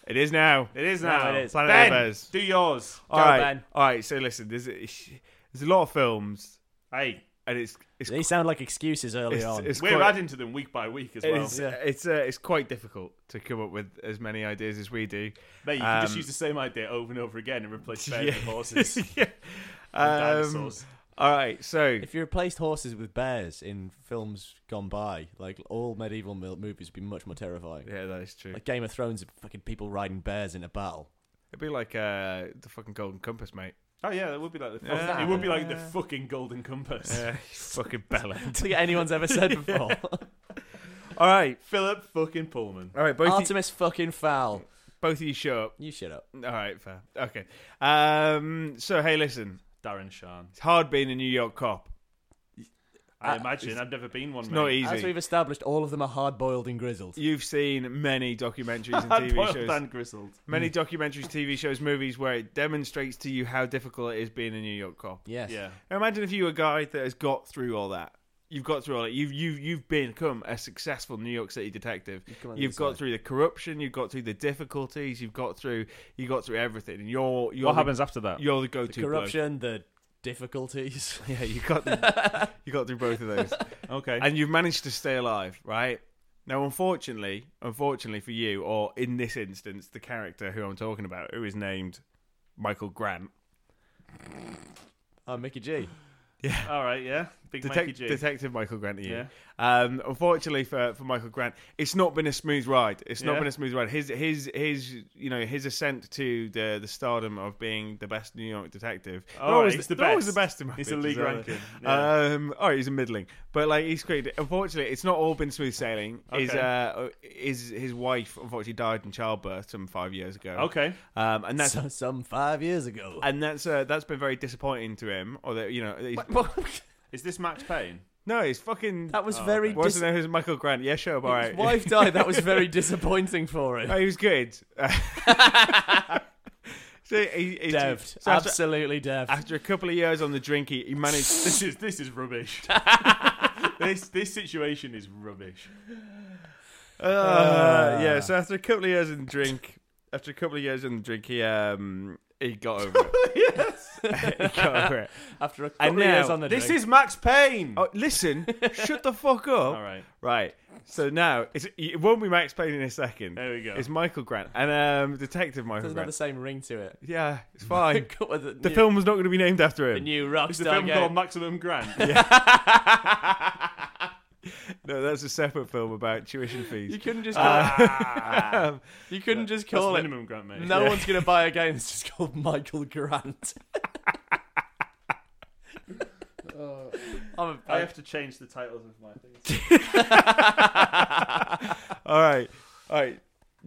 A: It is now.
C: it is
B: No,
C: now.
B: it is.
A: Planet
C: Ben,
A: of the Bears. Oh,
C: do yours.
A: All right.
B: Ben.
A: All right. So listen, there's there's a lot of films
C: Hey,
A: and it's it's
B: They sound like excuses early
A: it's,
B: on.
A: it's
C: we're
A: quite,
C: adding to them week by week as well.
A: it's
B: well.
A: it's, uh, it's quite difficult to come up with as many ideas as we do.
C: Mate, you can just
A: um,
C: use the same idea over and over again and replace bears
A: Yeah.
C: with horses and
A: yeah. Um,
C: dinosaurs.
A: all right, so
B: If you replaced horses with bears in films gone by, like all medieval mil- movies would be much more terrifying.
A: yeah, that is true.
B: Like Game of Thrones, fucking people riding bears in a battle.
A: It'd be like uh, the fucking Golden Compass, mate.
C: Oh yeah, that would be like the
A: Yeah.
C: it would be like the
A: Yeah.
C: fucking golden compass.
A: Uh, fucking bellend.
B: Something anyone's ever said before.
A: All right,
C: Philip fucking Pullman.
A: all right. Both of you,
B: Artemis fucking foul.
A: both of you show up.
B: You shut up.
A: All right, fair. Okay. Um. So hey, listen.
C: Darren Shan.
A: It's hard being a New York cop.
C: I
B: Uh,
C: imagine I've never been one.
A: It's
C: mate.
A: not
B: As
A: easy.
B: we've established, all of them are hard boiled and grizzled.
A: You've seen many documentaries and
C: Hard
A: TV
C: boiled
A: shows.
C: and grizzled.
A: Many
B: Hmm.
A: documentaries, TV shows, movies where it demonstrates to you how difficult it is being a New York cop.
B: Yes.
C: Yeah.
A: Now imagine if you were a guy that has got through all that. You've got through all that. You've you've you've become a successful New York City detective.
B: You've come out the
A: You've
B: other
A: got
B: side.
A: through the corruption. You've got through the difficulties. You've got through. You got through everything. And you're you're
C: What
A: the,
C: happens after that?
A: You're the go-to
B: The corruption, the difficulties.
A: bloke. Yeah, you got through, you got through both of those,
C: Okay.
A: and you've managed to stay alive, right? Now, unfortunately, unfortunately for you, or in this instance, the character who I'm talking about, who is named Michael Grant,
B: Oh, Mickey G.
C: All right. Yeah. Big
A: Detec-
C: Mikey G.
A: Detective Michael Grant. to you.
C: Yeah.
A: Um, unfortunately for, for Michael Grant, it's not been a smooth ride. It's not
C: Yeah.
A: been a smooth ride. His his his you know his ascent to the the stardom of being the best New York detective.
C: All
A: They're
C: right,
A: always
C: he's the
A: they're always
C: best.
A: the best in my
C: He's a
A: pictures,
C: league
A: aren't they?
C: ranking. Yeah.
A: Um, all right, he's a middling, but like he's great. Unfortunately, it's not all been smooth sailing. His
C: Okay.
A: uh, his his wife unfortunately died in childbirth some five years ago.
C: okay.
A: Um, and that's
B: So, some five years ago.
A: and that's uh, that's been very disappointing to him. Or that you know he's,
C: Is this Max Payne?
A: no, he's fucking
B: that was
C: Oh,
B: very
C: okay.
A: What's
B: dis-
A: his name? Who's Michael Grant? Yeah, sure, all right.
B: His wife died. That was very disappointing for him.
A: Oh, he was good. so he, he's-
B: Deved.
A: so after,
B: Absolutely deved.
A: after a couple of years on the drink, he, he managed.
C: This is this is rubbish. this this situation is rubbish.
A: Uh,
C: Ah.
A: yeah, so after a couple of years on the drink, after a couple of years on the drink, he um he got over it. he got over it.
B: After a couple of
A: now-
B: years on the
C: This
B: drink.
C: is Max Payne.
A: Oh, listen, shut the fuck up.
C: All right.
A: Right. So now it's, it won't be Max Payne in a second.
C: There we go.
A: It's Michael Grant and um Detective Michael
B: doesn't have the
A: Grant.
B: same ring to it.
A: Yeah, it's fine.
B: With the,
A: the
B: new,
A: film was not going to be named after
B: the
A: him.
B: new rock
C: Is the film
B: game.
C: called Maximum Grant?
A: No, that's a separate film about tuition fees.
B: You couldn't
A: Uh,
B: just call it,
C: Ah,
A: Um,
B: you couldn't just
C: that's
B: call it.
C: minimum Grant, mate.
B: No one's gonna buy a game that's just called Michael Grant. Oh. I'm a,
C: I have to change the titles of my things.
A: all right, all right.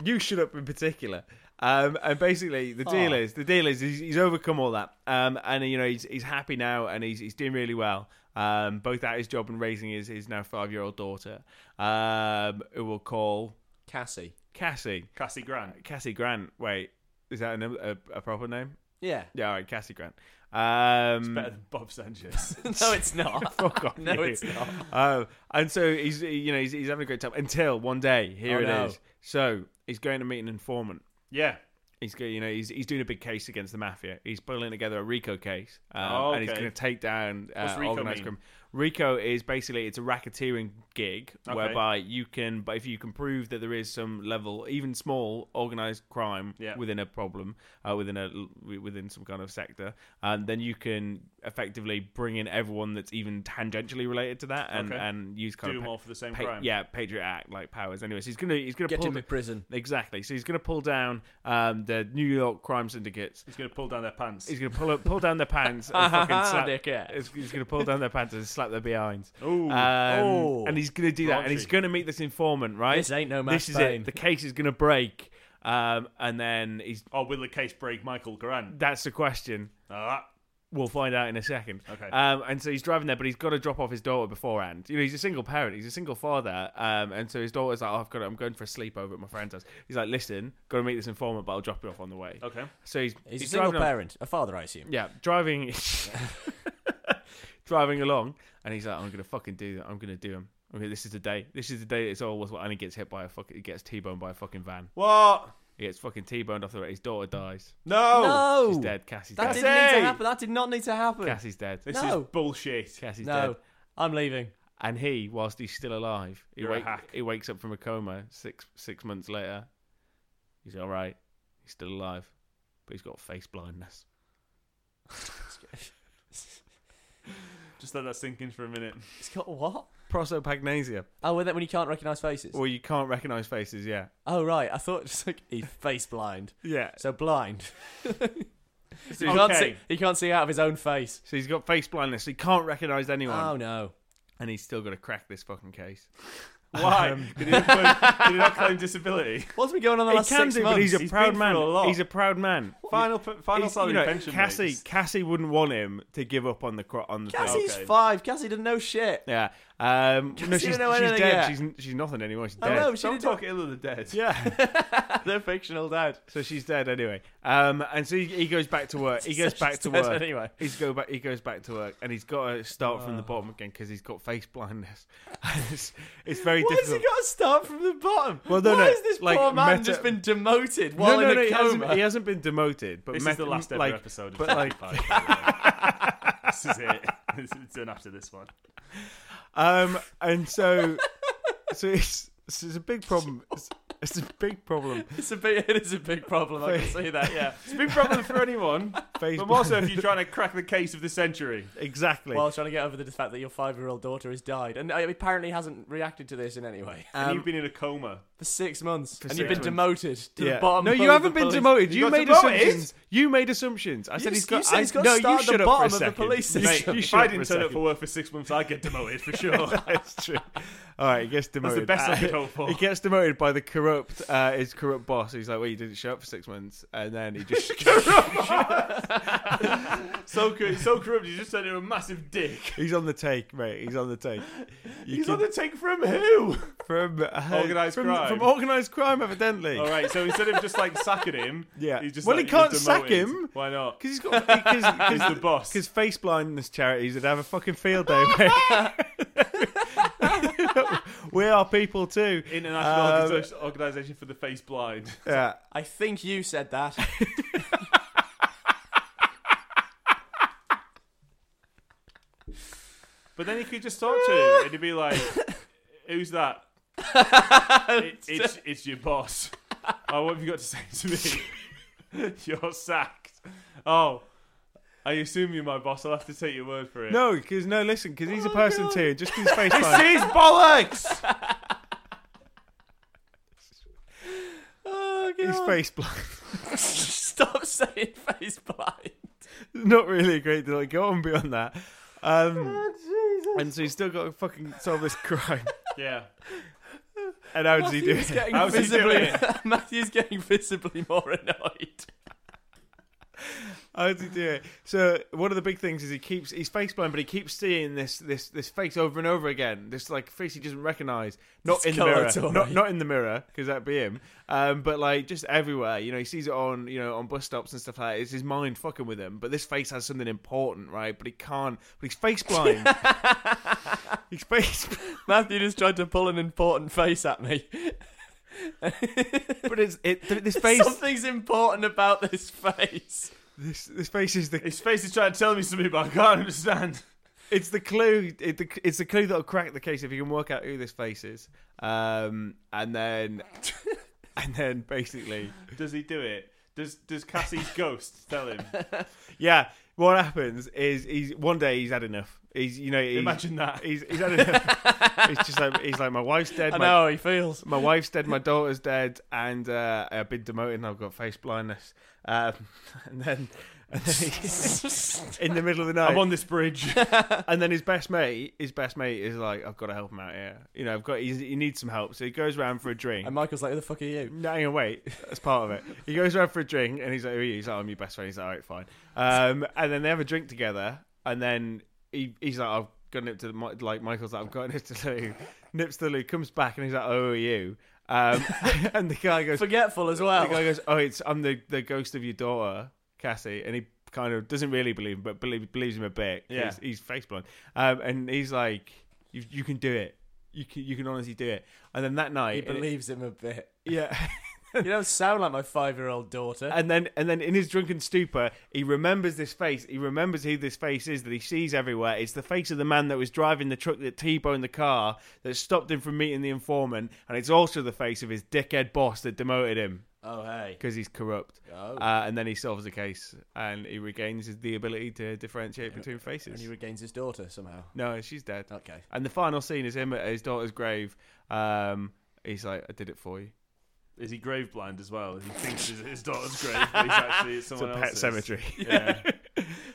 A: You shut up in particular. Um, and basically,
C: Oh.
A: the deal
B: Aw.
A: is the deal is he's, he's overcome all that, um, and you know he's he's happy now, and he's he's doing really well, um, both at his job and raising his his now five year old daughter, um, who we'll call
B: Cassie.
A: Cassie.
C: Cassie Grant.
A: Cassie Grant. Wait, is that a, a, a proper name?
B: Yeah.
A: Yeah, all right, Cassie Grant. Um,
C: It's better than Bob Sanchez.
B: No, it's not.
A: Fuck off.
B: No,
A: you.
B: it's not.
A: Um, and so he's he- you know he's, he's having a great time until one day here
B: Oh,
A: it is.
B: no.
A: So he's going to meet an informant.
C: yeah.
A: He's go, you know he's he's doing a big case against the mafia. He's pulling together a Rico case, um,
C: Oh,
A: and he's
C: okay.
A: going to take down uh,
C: What's Rico
A: organized
C: mean?
A: crime. Rico is basically it's a racketeering gig
C: Okay.
A: whereby you can, but if you can prove that there is some level, even small, organized crime
C: Yeah.
A: within a problem, uh, within a within some kind of sector, and then you can effectively bring in everyone that's even tangentially related to that, and
C: Okay.
A: and use kind
C: Do
A: of
C: more for the same
A: pa-
C: crime.
A: yeah, Patriot Act like powers. Anyway, so he's gonna he's gonna
B: Get
A: pull
B: him in
A: da-
B: prison.
A: exactly. So he's gonna pull down um, the New York crime syndicates.
C: He's going to pull down their pants.
A: He's gonna pull up, pull down their pants and fucking slap.
B: Dickhead.
A: He's, he's gonna pull down their pants and slap their behinds.
C: Ooh.
A: Um,
B: Oh.
A: And he's gonna do that, and he's
C: Raunchy.
A: gonna meet this informant, right?
B: This ain't no Max
A: This is
B: Payne.
A: it. The case is gonna break, um, and then he's.
C: or Oh, will the case break Michael Grant?
A: That's the question.
C: Ah,
A: We'll find out in a second.
C: Okay.
A: Um, and so he's driving there, but he's got to drop off his daughter beforehand. You know, he's a single parent, he's a single father, um, and so his daughter's like, "Oh, I've got, to, I'm going for a sleepover at my friend's house." He's like, "Listen, got to meet this informant, but I'll drop you off on the way."
C: okay.
A: So he's
B: He's, a single
A: driving on-
B: parent, a father, I assume.
A: yeah, driving, driving along, and he's like, "I'm gonna fucking do that. I'm gonna do him. I'm gonna, this is the day. This is the day. It's all worth what." And he gets hit by a fucking, he gets t-boned by a fucking van.
C: What?
A: He gets fucking T-boned off the road. His daughter dies.
C: No,
B: no,
A: She's Oh, dead. Cassie's
B: That
A: dead.
B: didn't need
C: Cassie!
B: to happen. That did not need to happen.
A: Cassie's dead.
C: this
B: No.
C: is bullshit.
A: Cassie's
B: no,
A: dead.
B: I'm leaving.
A: And he, whilst he's still alive, he,
C: You're a
A: wake,
C: hack.
A: he wakes up from a coma six six months later. He's all right. He's still alive, but he's got face blindness.
C: Just let that sink in for a minute.
B: It's got what?
A: Prosopagnosia.
B: Oh, when, that, when you can't recognize faces.
A: Well, you can't recognise faces. Yeah.
B: Oh right, I thought just like he's face blind.
A: Yeah.
B: So blind. he can't
C: okay.
B: see. He can't see out of his own face.
A: So he's got face blindness. So he can't recognise anyone,
B: Oh no.
A: and he's still got to crack this fucking case.
C: Why?
B: Um,
C: Did, he not claim, did he not claim disability?
B: What's been going on the
A: He
B: last
A: can
B: six
A: do,
B: months?
A: but he's a
C: He's
A: proud
C: been
A: man.
C: through a lot.
A: He's a proud man.
C: Final, p- final
A: He's- you
C: salary
A: know,
C: pension.
A: Cassie,
C: rates.
A: Cassie wouldn't want him to give up on the cro- on the thing.
B: Cassie's
C: Okay.
B: five. Cassie didn't know shit.
A: Yeah. Um, no,
B: didn't
A: she's, she's
B: know anything
A: dead.
B: yet.
A: She's she's nothing anymore. She's
B: I
A: dead.
B: know. She
C: Don't
B: didn't know-
C: talk ill of the dead.
A: Yeah.
B: They're fictional dad.
A: so she's dead anyway. Um, and so he, he goes back to work. He goes
B: So
A: back
B: she's
A: to
B: dead
A: work.
B: Anyway. Oh.
A: He's go back. He goes back to work, and he's got to start from the bottom again because he's got face blindness. it's, it's very
B: Why has he
A: difficult.
B: got to start from the bottom?
A: Well, no,
B: Why
A: no,
B: has this
A: like,
B: poor man
A: meta-
B: just been demoted while
A: no, no,
B: in
A: no.
B: a
A: He
B: coma?
A: hasn't, he hasn't been demoted, but
C: This is
A: meta-
C: the last ever
A: like,
C: episode. Of
A: but,
C: Jack
A: like-
C: Black, by the way. this is it. It's done after this one.
A: Um, and so, so it's, so it's a big problem. It's, it's a big problem.
B: It's a big, it is a big problem. I can see that. Yeah.
C: It's a big problem for anyone,
A: Face
C: but more so if you're trying to crack the case of the century.
A: exactly.
B: While trying to get over the fact that your five-year-old daughter has died, and uh, apparently hasn't reacted to this in any way
C: And
A: Um,
C: you've been in a coma.
B: for six months,
A: For
B: and
A: six
B: you've been
A: months.
B: demoted to
A: Yeah.
B: the bottom.
A: no, you
B: of the
A: haven't been
B: police-
A: demoted.
C: You
A: You,
C: got
A: made
C: demoted?
A: assumptions. You made assumptions. I
B: You
A: said
B: s-
A: he's
B: you
A: got.
B: said he's
A: I-
B: got to
A: no,
B: start
A: you
B: at the
A: shut up
B: bottom of
A: for
B: the
A: a second.
B: police
A: You,
B: system.
A: you
C: if
A: shut
C: I
A: up
C: didn't
A: for a
C: turn up
A: second.
C: for work for six months, I'd get demoted for sure.
A: That's true. All right, he gets
C: That's the
A: demoted.
C: best I could
A: Uh,
C: hope for.
A: He gets demoted by the corrupt, uh, his corrupt boss. He's like, "Well, you didn't show up for six months," and then he just
C: so, cor- so corrupt, you just turned into a massive dick.
A: he's on the take, mate. He's on the take. You
C: He's
A: can-
C: on the take from who?
A: from uh,
C: Organised
A: from,
C: crime.
A: from organised crime, evidently.
C: All right, so instead of just like sacking him,
A: Yeah.
C: he's just
A: well,
C: like,
A: he can't
C: he's
A: sack
C: demoted.
A: him
C: Why not?
A: because he's got because
C: He's the boss.
A: because face blindness charities would have a fucking field day. mate. we are people too. Um,
C: International Organisa- Organisation for the Face Blind.
A: Yeah.
B: I think you said that.
C: But then he could just talk to him and he'd be like, Who's that? It- it's, it's your boss. Oh, what have you got to say to me? You're sacked. Oh, I assume you're my boss. I'll have to take your word for it.
A: No, because no, listen, because he's a
B: Oh,
A: person
B: God.
A: too. Just 'cause his face
C: This
A: blind.
C: is bollocks!
B: oh,
A: He's
B: God.
A: face blind.
B: Stop saying face blind.
A: Not really a great deal. Go on beyond that.
B: Oh,
A: Um, and so he's still got to fucking solve this crime.
C: Yeah.
A: And how does he do
B: Matthew's
A: it?
B: getting
C: How's he
B: visibly,
C: doing
B: Matthew's getting visibly more annoyed.
A: How does he do it? So one of the big things is he keeps he's face blind, but he keeps seeing this this this face over and over again. This like face he doesn't recognise. Not
B: It's
A: in the mirror.
B: Colotori.
A: Not not in the mirror because that'd be him. Um, but like just everywhere. You know, he sees it on you know on bus stops and stuff like that. It's his mind fucking with him. But this face has something important, right? But he can't. But he's face blind. he's face.
B: Matthew just tried to pull an important face at me.
A: But it's it. th- This face.
B: Something's important about this face.
A: This this face is the.
C: His face is trying to tell me something, but I can't understand.
A: It's the clue. It, the, it's the clue that'll crack the case if you can work out who this face is. Um, and then. And then basically,
C: Does he do it? Does does Cassie's ghost tell him?
A: yeah. What happens is he's one day he's had enough. He's you know he's,
C: Imagine that.
A: he's he's had enough. he's just like he's like my wife's dead.
B: I
A: My
B: know how he feels.
A: my wife's dead, my daughter's dead, and uh, I've been demoted and I've got face blindness. Um, and then, and then he- in the middle of the night,
C: I'm on this bridge.
A: and then his best mate, his best mate is like, I've got to help him out here. You know, I've got he's, he needs some help, so he goes round for a drink.
B: And Michael's like, who the fuck are you?
A: No, hang on, wait. That's part of it. He goes around for a drink, and he's like, "Who are you?" He's like, "I'm your best friend." He's like, "All right, fine." Um, and then they have a drink together, and then he, he's like, "I've got nipped to the mi-" like." Michael's like, "I've got nipped to the loo." Nips to the loo, comes back, and he's like, "Oh, who are you?" Um, and the guy goes,
B: Forgetful as well.
A: the guy goes, "Oh, it's I'm the, the ghost of your daughter, Cassie," and he kind of doesn't really believe him, but believe, believes him a bit.
C: Yeah.
A: he's, he's face blind, um, and he's like, you, "You can do it. You can you can honestly do it." And then that night,
B: He
A: and it-
B: believes him a bit.
A: yeah.
B: You don't sound like my five-year-old daughter.
A: and then and then in his drunken stupor he remembers this face he remembers who this face is that he sees everywhere it's the face of the man that was driving the truck that t-boned the car that stopped him from meeting the informant and it's also the face of his dickhead boss that demoted him
B: Oh hey.
A: because he's corrupt
B: Oh.
A: uh, and then he solves the case and he regains his- the ability to differentiate between
B: And
A: faces
B: he regains his daughter somehow.
A: no she's dead
B: Okay.
A: and the final scene is him at his daughter's grave um, he's like i did it for you
C: Is he grave blind as well? He thinks his, his daughter's grave, but he's actually it's
A: it's
C: someone
A: a pet
C: else's.
A: cemetery
C: Yeah.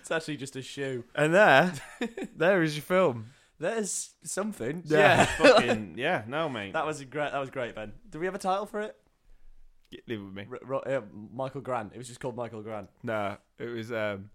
B: It's actually just a shoe.
A: and there there is your film
B: There's something.
A: Yeah.
C: Fucking yeah. No, mate.
B: That was a great. That was great, Ben. Do we have a title for it?
A: leave it with me
B: R- Ro- uh, Michael Grant. It was just called Michael Grant.
A: No, it was um,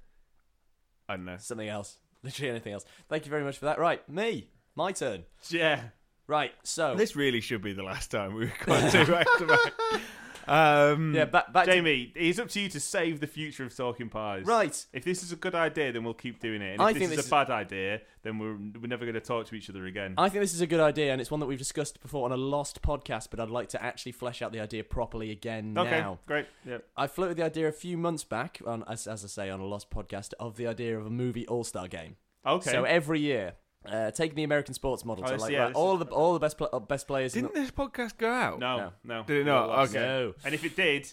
A: I don't know.
B: Something else. Literally anything else. Thank you very much for that. Right, me. My turn.
C: yeah.
B: Right. So
A: This really should be the last time we record two back to back. Um,
B: yeah, back back. to,
C: Jamie, it's up to you to save the future of Talking Pies.
B: right.
C: If this is a good idea, then we'll keep doing it. And if
B: I
C: this
B: think
C: is
B: this
C: a
B: is-
C: bad idea, then we're, we're never going to talk to each other again.
B: I think this is a good idea, and it's one that we've discussed before on a lost podcast. But I'd like to actually flesh out the idea properly again
C: okay,
B: now.
C: great. Yeah.
B: I floated the idea a few months back, on, as, as I say, on a lost podcast, of the idea of a movie all star game.
C: Okay.
B: So every year, uh, taking the American sports model,
C: Oh,
B: so
C: this-
B: like
C: yeah,
B: right,
C: this
B: all
C: is-
B: the all the best pl- uh, best players. in
A: didn't this podcast go out?
C: no, no,
B: No.
A: Did it not?
C: It was.
A: Okay.
B: No,
C: And if it did,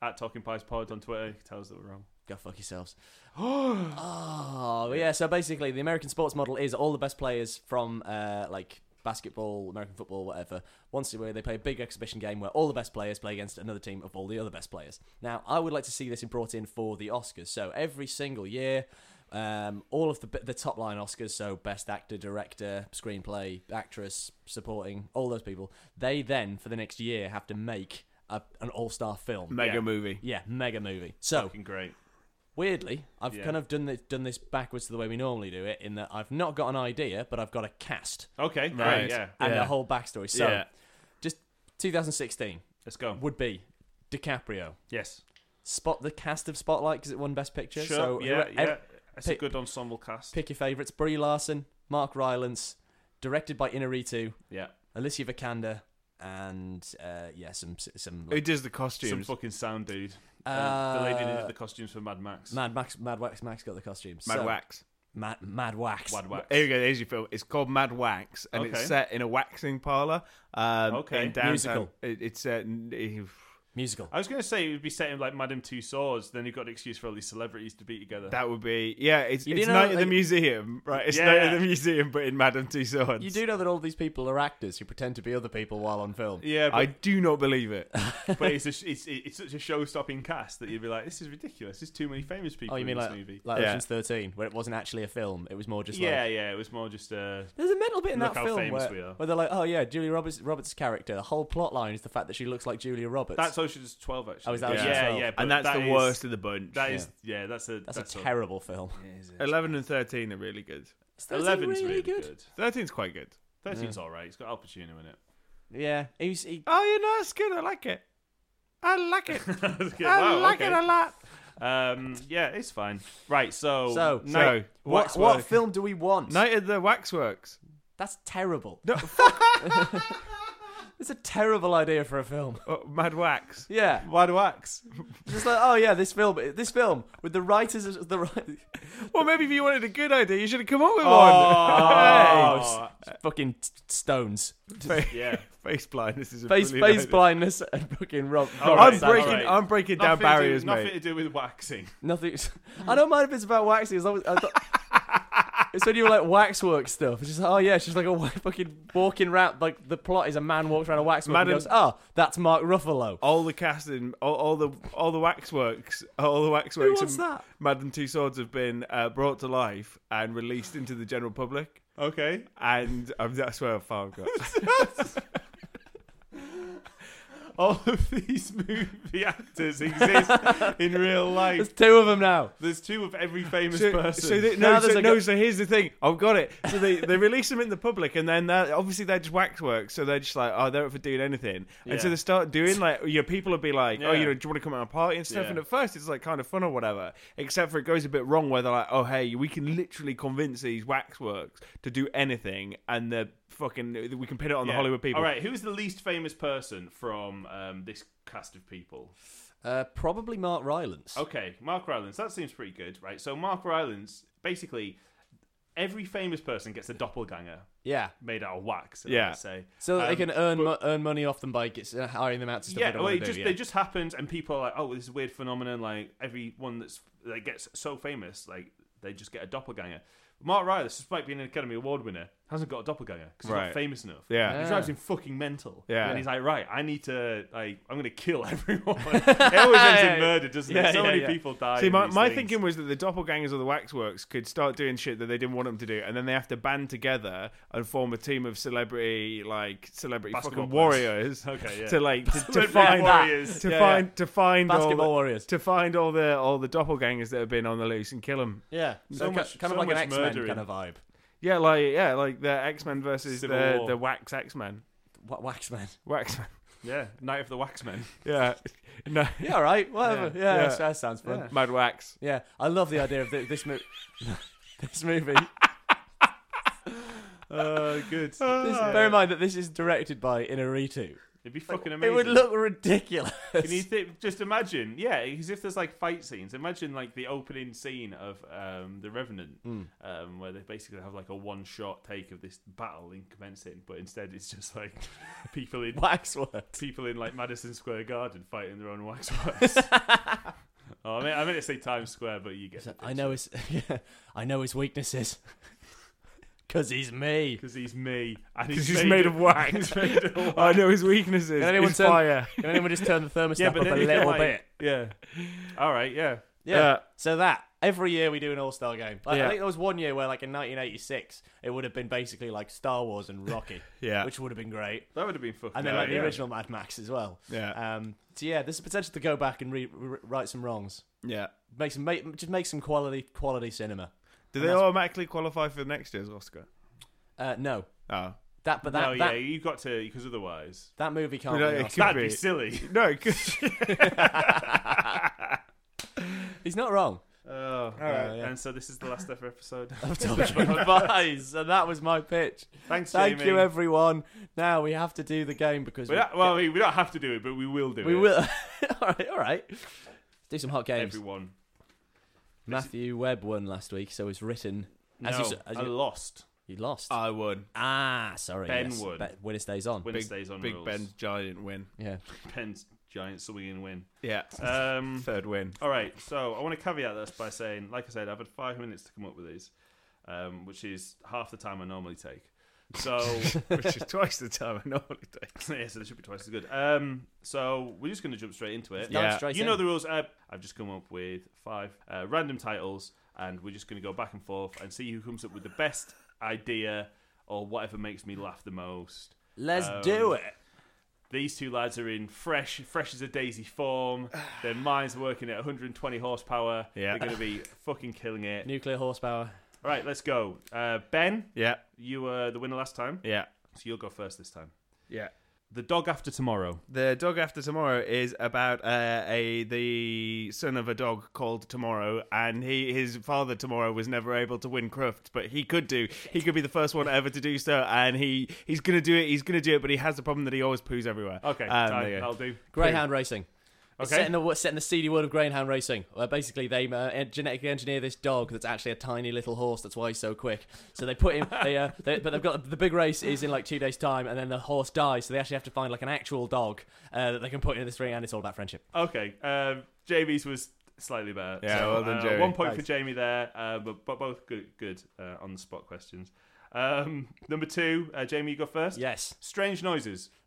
C: at Talking Pies Pod on Twitter, you can tell us that we're wrong.
B: go fuck yourselves. oh yeah. So basically, the American sports model is all the best players from uh, like basketball, American football, whatever. Once a year, they play a big exhibition game where all the best players play against another team of all the other best players. Now, I would like to see this brought in for the Oscars. So every single year. Um, all of the the top line Oscars, so best actor, director, screenplay, actress, supporting, all those people, they then for the next year have to make a, an all star film.
A: Mega
C: Yeah.
A: movie.
B: Yeah, mega movie. So
C: Fucking great.
B: Weirdly, I've
C: Yeah.
B: kind of done this, done this backwards to the way we normally do it, in that I've not got an idea, but I've got a cast
C: Okay, great.
A: Right.
C: Yeah.
B: and
A: Yeah.
B: a whole backstory. So,
A: Yeah.
B: just 2016
C: Let's go.
B: would be DiCaprio.
C: Yes.
B: Spot the cast of Spotlight because it won Best Picture.
C: Sure.
B: so,
C: yeah.
B: whoever-
C: yeah.
B: ev-
C: it's a
B: pick-
C: good ensemble cast.
B: pick your favourites: Brie Larson, Mark Rylance, directed by Inarritu,
C: yeah.
B: Alicia Vikander, and uh, yeah, some some
A: Who
B: like,
A: does the
C: Some
A: costumes?
C: fucking sound dude.
B: uh,
C: um, the lady that did the costumes for Mad Max.
B: Mad Max, Mad Wax, Max got the costumes.
A: Mad
B: So,
A: Wax.
B: Mad, Mad Wax.
C: Mad Wax.
A: Here you go. There's your film. It's called Mad Wax, and it's
C: Okay.
A: set in a waxing parlor. Um,
C: Okay.
A: In downtown.
B: Musical.
A: It, it's uh, n- eh,
B: musical.
C: I was going to say it would be set in like Madame Tussauds, then you've got an excuse for all these celebrities to be together.
A: that would be yeah. It's,
B: You
A: it's
B: do know,
A: night at the
B: like-
A: museum, right? It's
C: Yeah.
A: night at the museum, but in Madame Tussauds.
B: You do know that all these people are actors who pretend to be other people while on film.
C: yeah,
A: I
C: but,
A: do not believe it.
C: but it's, a, sh- it's it's such a show-stopping cast that you'd be like, this is ridiculous. There's too many famous people
B: Oh, you
C: in
B: mean
C: this
B: like,
C: movie.
B: like
A: Yeah.
B: Ocean's 13, where it wasn't actually a film, it was more just
C: yeah,
B: like...
C: yeah. It was more just uh,
B: There's a mental bit in
C: Look
B: that
C: how
B: film
C: famous
B: where,
C: we are.
B: where they're like, oh yeah, Julia Roberts, Roberts' character, the whole plot line is the fact that she looks like Julia Roberts.
C: that's Ocean's Twelve actually.
B: Oh, is that
C: yeah,
A: Ocean's
C: yeah,
B: 12?
C: yeah, but
A: and that's
C: that
A: the
C: is-
A: worst of the bunch.
C: That is yeah. that's a
B: That's,
C: that's
B: a terrible film.
A: Eleven and thirteen are really good.
B: Is 13
C: Eleven's really good.
A: Thirteen's quite good.
C: Thirteen's all right. It's got Al Pacino in it.
B: Yeah. He's,
C: Uh,
B: he,
A: Oh, you know, it's good. I like it. I like it.
C: Okay,
A: I
C: wow,
A: like
C: okay.
A: it a lot.
C: Um, yeah, it's fine. Right, so
B: So-
C: night,
A: So,
B: what,
C: Waxwork.
B: what film do we want?
A: Night at the Waxworks.
B: That's terrible.
A: No, fuck.
B: It's a terrible idea for a film.
A: Oh, Mad Wax.
B: Yeah.
C: Mad Wax.
B: Just like, oh yeah, this film, this film, with the writers, of the wri-
A: Well, maybe if you wanted a good idea, you should have come up with
C: Oh,
B: s- fucking t- stones.
A: one. Hey.
C: yeah.
A: Face blindness is a
B: face
A: brilliant
B: face
A: idea.
B: blindness and fucking rob.
C: All
B: Robert
A: I'm
C: right,
B: Sanders.
A: breaking.
C: alright.
A: I'm breaking down
C: Nothing to-
A: barriers,
C: nothing
A: mate.
C: to do with waxing.
B: Nothing. I don't mind if it's about waxing. As long as I thought, it's when you were like waxwork stuff. It's just oh yeah, she's like a wa- fucking walking round. Like the plot is a man walks around a waxwork
A: Madam-
B: and goes, oh, that's Mark Ruffalo.
A: All the casting, all, all the all the waxworks, all the
B: Who
A: waxworks,
B: wants
A: and
B: that?
A: Madame Two Swords have been uh, brought to life and released into the general public.
C: Okay.
A: And um, that's where I've got.
C: All of these movie actors exist in real
B: There's
C: life.
B: two of them now.
C: There's two of every famous
A: So,
C: person.
A: so they-
B: Now
A: no,
B: there's
A: so,
B: a
A: no,
B: gu-
A: so here's the thing. I've got it. So they, they release them in the public, and then they're, obviously they're just waxworks, so they're just like, oh, they're up for doing anything.
C: Yeah.
A: And so they start doing like, you know, people will be like, oh,
C: Yeah.
A: you know, do you want to come out on a party and stuff?
C: Yeah.
A: And at first it's like kind of fun or whatever, except for it goes a bit wrong where they're like, oh, hey, we can literally convince these waxworks to do anything, and they're fucking, we can pin it on the
C: Yeah.
A: Hollywood people.
C: All right, who's the least famous person from from um, this cast of people?
B: Uh, probably Mark Rylance.
C: Okay, Mark Rylance. That seems pretty good, right? So Mark Rylance, basically, every famous person gets a doppelganger
B: Yeah.
C: made out of wax.
A: Yeah.
C: Let's say.
B: So that they
C: Um,
B: can earn mo- earn money off them by gets, uh, hiring them out to stuff they
C: yeah,
B: don't
C: well,
B: wanna
C: it
B: do,
C: just
B: yeah.
C: they just happened, and people are like, oh, this is a weird phenomenon. Like everyone that's that gets so famous, like they just get a doppelganger. Mark Rylance, despite being an Academy Award winner, hasn't got a doppelganger because he's
A: Right.
C: not famous enough.
A: Yeah.
C: It
B: Yeah.
C: drives him fucking mental.
A: Yeah.
C: And he's like, right, I need to, like, I'm going to kill everyone. it always ends in murder, doesn't
B: Yeah,
C: it? So
B: yeah,
C: many
B: yeah.
C: people die.
A: See,
C: in
A: my,
C: these
A: my
C: things.
A: thinking was that the doppelgangers or the waxworks could start doing shit that they didn't want them to do, and then they have to band together and form a team of celebrity, like celebrity
C: Basketball
A: fucking
C: players.
A: warriors,
C: Okay, yeah.
A: to like to, to
C: Celebrity
A: find
C: warriors.
A: to
B: Yeah,
A: find to find
B: Basketball
A: all
B: warriors.
A: the, to find all the all the doppelgangers that have been on the loose and kill them.
B: Yeah. So,
C: So
B: ki-
C: much-
B: kind
C: so
B: of like an
C: much
B: X Men
C: murder in-
B: kind of vibe.
A: Yeah, like yeah, like the X Men versus
C: Civil
A: the
C: War.
A: the wax X Men,
B: Wa Waxman.
A: Waxman.
C: Yeah, Night of the Waxmen.
A: Yeah, no,
B: Yeah, all right. Whatever.
A: Yeah.
B: Yeah,
A: Yeah.
B: that's- that sounds fun. Yeah.
A: Mad Wax.
B: I love the idea of th- this movie. this movie.
C: Oh, good.
B: This, bear in mind that this is directed by Inarritu.
C: It'd be
B: Like,
C: fucking amazing.
B: It would look ridiculous.
C: Can you thi- just imagine? Yeah, because if there's like fight scenes, imagine like the opening scene of um, The Revenant,
B: Hmm.
C: um, where they basically have like a one shot take of this battle in commencing, but instead it's just like people in
B: Waxworks.
C: people in like Madison Square Garden fighting their own waxworks. oh, I mean, I meant to say Times Square, but you get.
B: I know his. I know his weaknesses. Cause he's me.
C: because he's me, and
A: Because he's made of wax.
C: he's made of wax.
A: I know his weaknesses.
B: Can anyone
A: His
B: turn-
A: fire.
B: Can anyone just turn the thermostat
C: Yeah,
B: up a
C: but then you get,
B: little
C: like-
B: bit?
A: Yeah,
C: All right, yeah.
B: Yeah.
A: Yeah.
B: Uh, So that every year we do an All Star game. Like,
A: Yeah.
B: I think there was one year where, like in 1986, it would have been basically like Star Wars and Rocky,
A: yeah,
B: which would have been great.
C: That would have been fucking.
B: And then like the
C: yeah.
B: original Mad Max as well.
A: Yeah.
B: Um. So yeah, there's a potential to go back and re- re- right some wrongs.
A: yeah.
B: Make some make, just make some quality quality cinema.
A: Do
B: And
A: they
B: that's-
A: automatically qualify for next year's Oscar?
B: Uh, no,
A: Oh.
B: that but that
C: no,
B: that,
C: yeah, you've got to because otherwise
B: that movie can't.
A: But,
B: be
A: uh,
B: an
A: it
B: Oscar.
A: Could
C: that'd be
A: be.
C: silly.
A: No, it could.
B: He's not wrong.
C: Oh,
B: right. yeah.
C: And so this is the last ever episode.
B: I've told you advice, and that was my pitch.
C: Thanks,
B: Thank
C: Jamie.
B: you, everyone. Now we have to do the game because
C: We
B: we,
C: don't, well, we, we don't have to do it, but we will do
B: we
C: it.
B: will. all right, all right. Do some hot games.
C: Everyone.
B: Matthew Webb won last week, so it's written. As you
C: No,
B: s- as
C: I
B: you-
C: lost.
B: You lost.
A: I would.
B: ah, sorry.
C: Ben
B: yes.
C: won.
B: Be- winner stays on.
C: Winner stays on
A: Big
C: rules.
A: Ben's giant win.
B: Yeah.
C: Ben's giant swinging win.
A: Yeah.
C: Um,
A: Third win.
C: all right, so I want to caveat this by saying, like I said, I've had five minutes to come up with these, um, which is half the time I normally take. So,
A: Which is twice the time I normally take.
C: yeah, so they should be twice as good. Um, so we're just going to jump straight into it.
B: Dive
A: Yeah.
B: straight
C: you know
B: in.
C: the rules. Uh, I've just come up with five uh, random titles, and we're just going to go back and forth and see who comes up with the best idea or whatever makes me laugh the most.
B: Let's
C: Um,
B: do it.
C: These two lads are in fresh, fresh as a daisy form. Their minds working at 120 horsepower.
A: Yeah.
C: They're going to be fucking killing it.
B: Nuclear horsepower.
C: All right, let's go. Uh, ben,
A: Yeah.
C: you were the winner last time,
A: Yeah.
C: so you'll go first this time.
A: Yeah.
C: The dog after tomorrow.
A: The dog after tomorrow is about uh, a the son of a dog called Tomorrow, and he his father Tomorrow was never able to win Cruft, but he could do. He could be the first one ever to do so, and he he's gonna do it. He's gonna do it, but he has the problem that he always poos everywhere.
C: Okay,
A: Um,
C: time,
A: there you go.
C: that'll do.
B: Greyhound racing. It's
C: Okay.
B: Set in, the, wo- set in the seedy world of greyhound racing, where basically they uh, en- genetically engineer this dog that's actually a tiny little horse. That's why he's so quick. So they put him. they, uh, they, but they've got the big race is in like two days' time, and then the horse dies. So they actually have to find like an actual dog uh, that they can put in this ring, and it's all about friendship.
C: Okay, um, Jamie's was slightly better.
A: Yeah,
C: So,
A: well done,
C: uh,
A: Jamie.
C: One point
B: Thanks.
C: for Jamie there, uh, but, but both good, good uh, on the spot questions. Um, number two, uh, Jamie, you go first.
B: Yes.
C: Strange noises.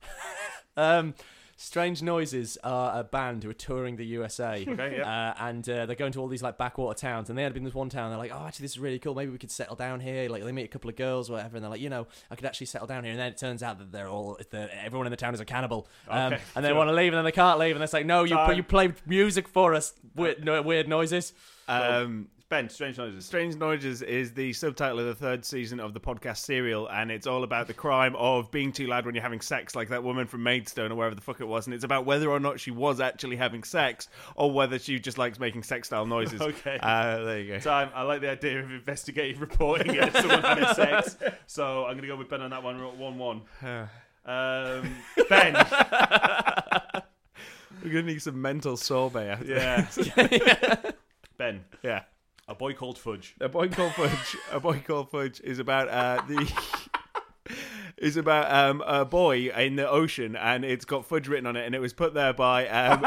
B: Um, Strange Noises are a band who are touring the USA,
C: Okay,
B: uh, and uh, they're going to all these like backwater towns. And they had been this one town. They're like, "Oh, actually, this is really cool. Maybe we could settle down here." Like, they meet a couple of girls, or whatever, and they're like, "You know, I could actually settle down here." And then it turns out that they're all, they're, everyone in the town is a cannibal, um,
C: Okay,
B: and they
C: sure.
B: want to leave, and then they can't leave, and they're like, "No, you
C: Time.
B: you play music for us, weird, no, weird noises."
A: Um,
C: Ben, strange noises.
A: Strange Noises is the subtitle of the third season of the podcast Serial, and it's all about the crime of being too loud when you're having sex, like that woman from Maidstone or wherever the fuck it was. And it's about whether or not she was actually having sex or whether she just likes making sex style noises.
C: Okay.
A: Uh, there you go.
C: Time. I like the idea of investigative reporting if someone had sex. So I'm going to go with Ben on that one. One one. Um, ben.
A: We're gonna need some mental sorbet. After.
C: Yeah. ben.
A: Yeah.
C: A boy called Fudge.
A: A boy called Fudge. a boy called Fudge is about uh, the is about um, a boy in the ocean, and it's got Fudge written on it, and it was put there by um,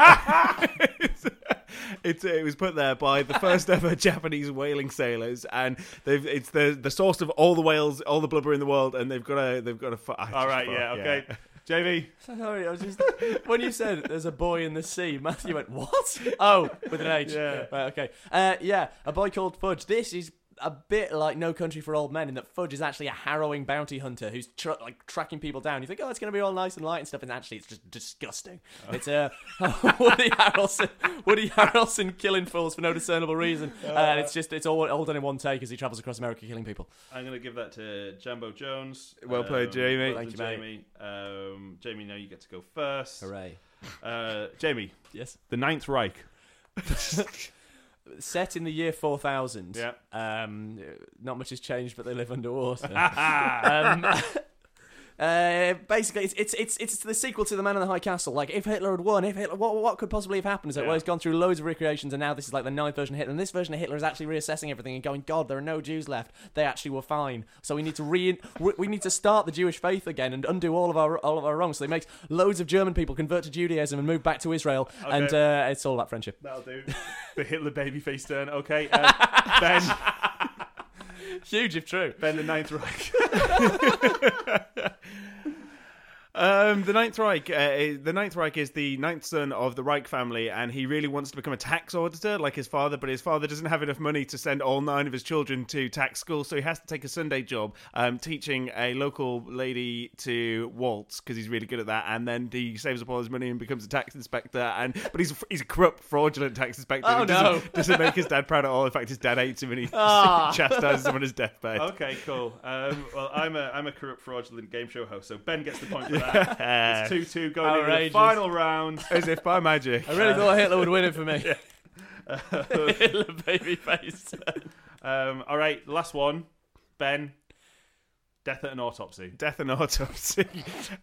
A: it's, it's- it was put there by the first ever Japanese whaling sailors, and they've it's the the source of all the whales, all the blubber in the world, and they've got a they've got a. fu- I
C: All
A: just
C: right.
A: thought,
C: Yeah. Okay. JV.
B: Sorry, I was just when you said there's a boy in the sea, Matthew went what? Oh, with an H.
C: Yeah.
B: Right, okay. Uh, yeah, a boy called Fudge. This is a bit like No Country for Old Men in that Fudge is actually a harrowing bounty hunter who's tr like tracking people down. You think oh it's gonna be all nice and light and stuff, and actually it's just disgusting. It's uh, Woody Harrelson, Woody Harrelson killing fools for no discernible reason, Uh, and it's just it's all all done in one take as he travels across America killing people.
C: I'm going to give that to Jambo Jones. Um,
A: Well played, Jamie.
C: well done,
B: Thank you,
C: Jamie. Um, Jamie, now you get to go first.
B: Hooray!
C: Uh, Jamie,
B: Yes.
C: the Ninth Reich.
B: set in the year 4000.
C: Yeah.
B: Um, not much has changed, but they live underwater. um, uh, basically, it's, it's it's it's the sequel to The Man in the High Castle. Like, if Hitler had won, if Hitler, what what could possibly have happened? Is that
C: Yeah.
B: well, he's gone through loads of recreations, and now this is like the ninth version of Hitler. And this version of Hitler is actually reassessing everything and going, God, there are no Jews left. They actually were fine. So we need to re we- we need to start the Jewish faith again and undo all of our all of our wrongs. So he makes loads of German people convert to Judaism and move back to Israel, and uh, it's all about friendship.
C: That'll do. the Hitler babyface turn. Okay. Uh, ben,
B: Huge if true.
C: Ben, the Ninth Reich.
A: Um, the Ninth Reich. Uh, is- the Ninth Reich is the ninth son of the Reich family, and he really wants to become a tax auditor like his father. But his father doesn't have enough money to send all nine of his children to tax school, so he has to take a Sunday job um, teaching a local lady to waltz because he's really good at that. And then he saves up all his money and becomes a tax inspector. And but he's he's a corrupt, fraudulent tax inspector.
B: Oh, no.
A: who Doesn't, doesn't make his dad proud at all. In fact, his dad hates him and he
B: Ah.
A: chastises him on his deathbed.
C: Okay, cool. Um, well, I'm a I'm a corrupt, fraudulent game show host, so Ben gets the point for that. It's two two going into the
B: Outrageous.
C: final round.
A: As if by magic.
B: I really thought Hitler would win it for me.
C: Um,
B: Hitler baby face.
C: Um, all right, last one. Ben, death at an autopsy.
A: Death and Autopsy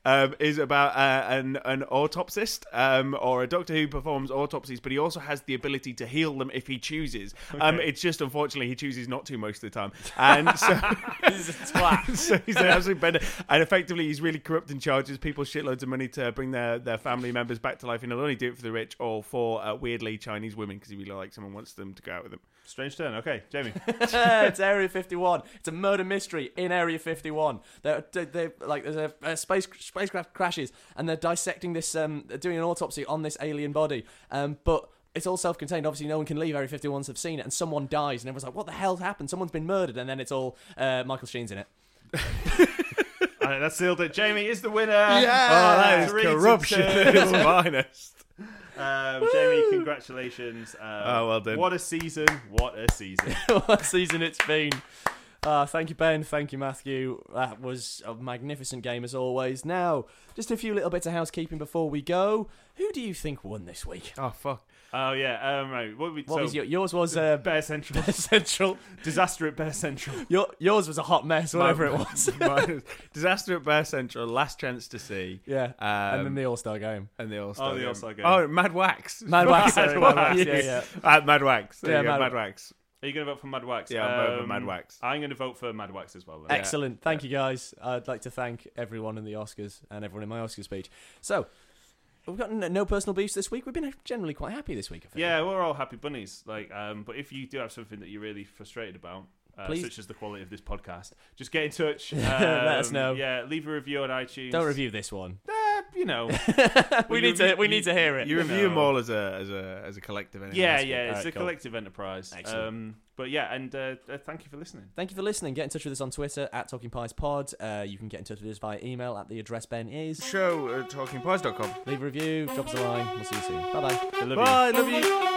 A: um, is about uh, an an autopsist um, or a doctor who performs autopsies, but he also has the ability to heal them if he chooses. Um,
C: Okay.
A: it's just unfortunately he chooses not to most of the time, and so,
B: He's a twat.
A: so he's an absolute bender. And effectively, he's really corrupt and charges people shitloads of money to bring their, their family members back to life, and he'll only do it for the rich or for uh, weirdly Chinese women because he really likes them and wants them to go out with him.
C: Strange turn. Okay, Jamie.
B: it's Area 51. It's a murder mystery in Area 51. They're, they they like there's a, a space spacecraft crashes and they're dissecting this, um, they're doing an autopsy on this alien body. Um, but it's all self-contained. Obviously, no one can leave. Area 51s have seen it, and someone dies, and everyone's like, "What the hell's happened? Someone's been murdered." And then it's all uh, Michael Sheen's in it.
C: all right, that's sealed it. Jamie is the winner.
A: oh, that is
C: Three to
A: corruption
C: two.
A: at its finest.
C: Um, Jamie, congratulations. Um,
A: Oh, well done.
C: What a season. What a season.
B: what a season it's been. Uh, thank you, Ben. Thank you, Matthew. That was a magnificent game as always. Now, just a few little bits of housekeeping before we go. Who do you think won this week?
A: Oh fuck!
C: Oh, yeah. Um, right. What, we,
B: What
C: so,
B: was your, yours was uh,
C: Bear Central.
B: Central.
C: Disaster at Bear Central.
B: Your, yours was a hot mess, whatever it was.
A: Minus- Disaster at Bear Central, last chance to see.
B: yeah.
A: Um,
B: and then the All Star game.
A: And the All Star.
C: Oh, the
A: game.
C: All-Star game.
A: Oh, Mad Wax.
B: Mad Wax. sorry, Mad Wax,
A: Yes.
B: Yeah, yeah.
A: Uh, Mad Wax. There
B: Yeah,
A: you go,
B: Mad-
A: Mad, Wax.
C: Are you going to vote for Mad Wax? Um,
A: Yeah, I'm voting for Mad Wax.
C: I'm going to vote for Mad Wax as well. Then.
B: Excellent. Thank you, guys. I'd like to thank everyone in the Oscars and everyone in my Oscar speech. So, we've got n- no personal beefs this week. We've been generally quite happy this week, I think.
C: Yeah, we're all happy bunnies. Like, um, but if you do have something that you're really frustrated about, uh,
B: Please-
C: such as the quality of this podcast, just get in touch. Um,
B: Let us know.
C: Yeah, leave a review on iTunes.
B: Don't review this one.
C: Uh, you know.
B: we
C: you
B: need to
C: review-
B: we
C: you-
B: need to hear it.
A: You
C: No.
A: review them all as a as a as a collective. Anyway.
C: yeah,
A: That's
C: yeah,
B: All
C: it's
B: right,
C: a
B: cool.
C: collective enterprise.
B: Excellent.
C: Um, but yeah, and uh, uh, thank you for listening.
B: Thank you for listening. Get in touch with us on Twitter at Talking Pies Pod. Uh, you can get in touch with us via email at the address Ben
A: good.
B: is.
A: Show at talkingpies.com.
B: Leave a review, drop us a line. We'll see you soon. Bye bye.
C: I love you.
A: Bye. Love you.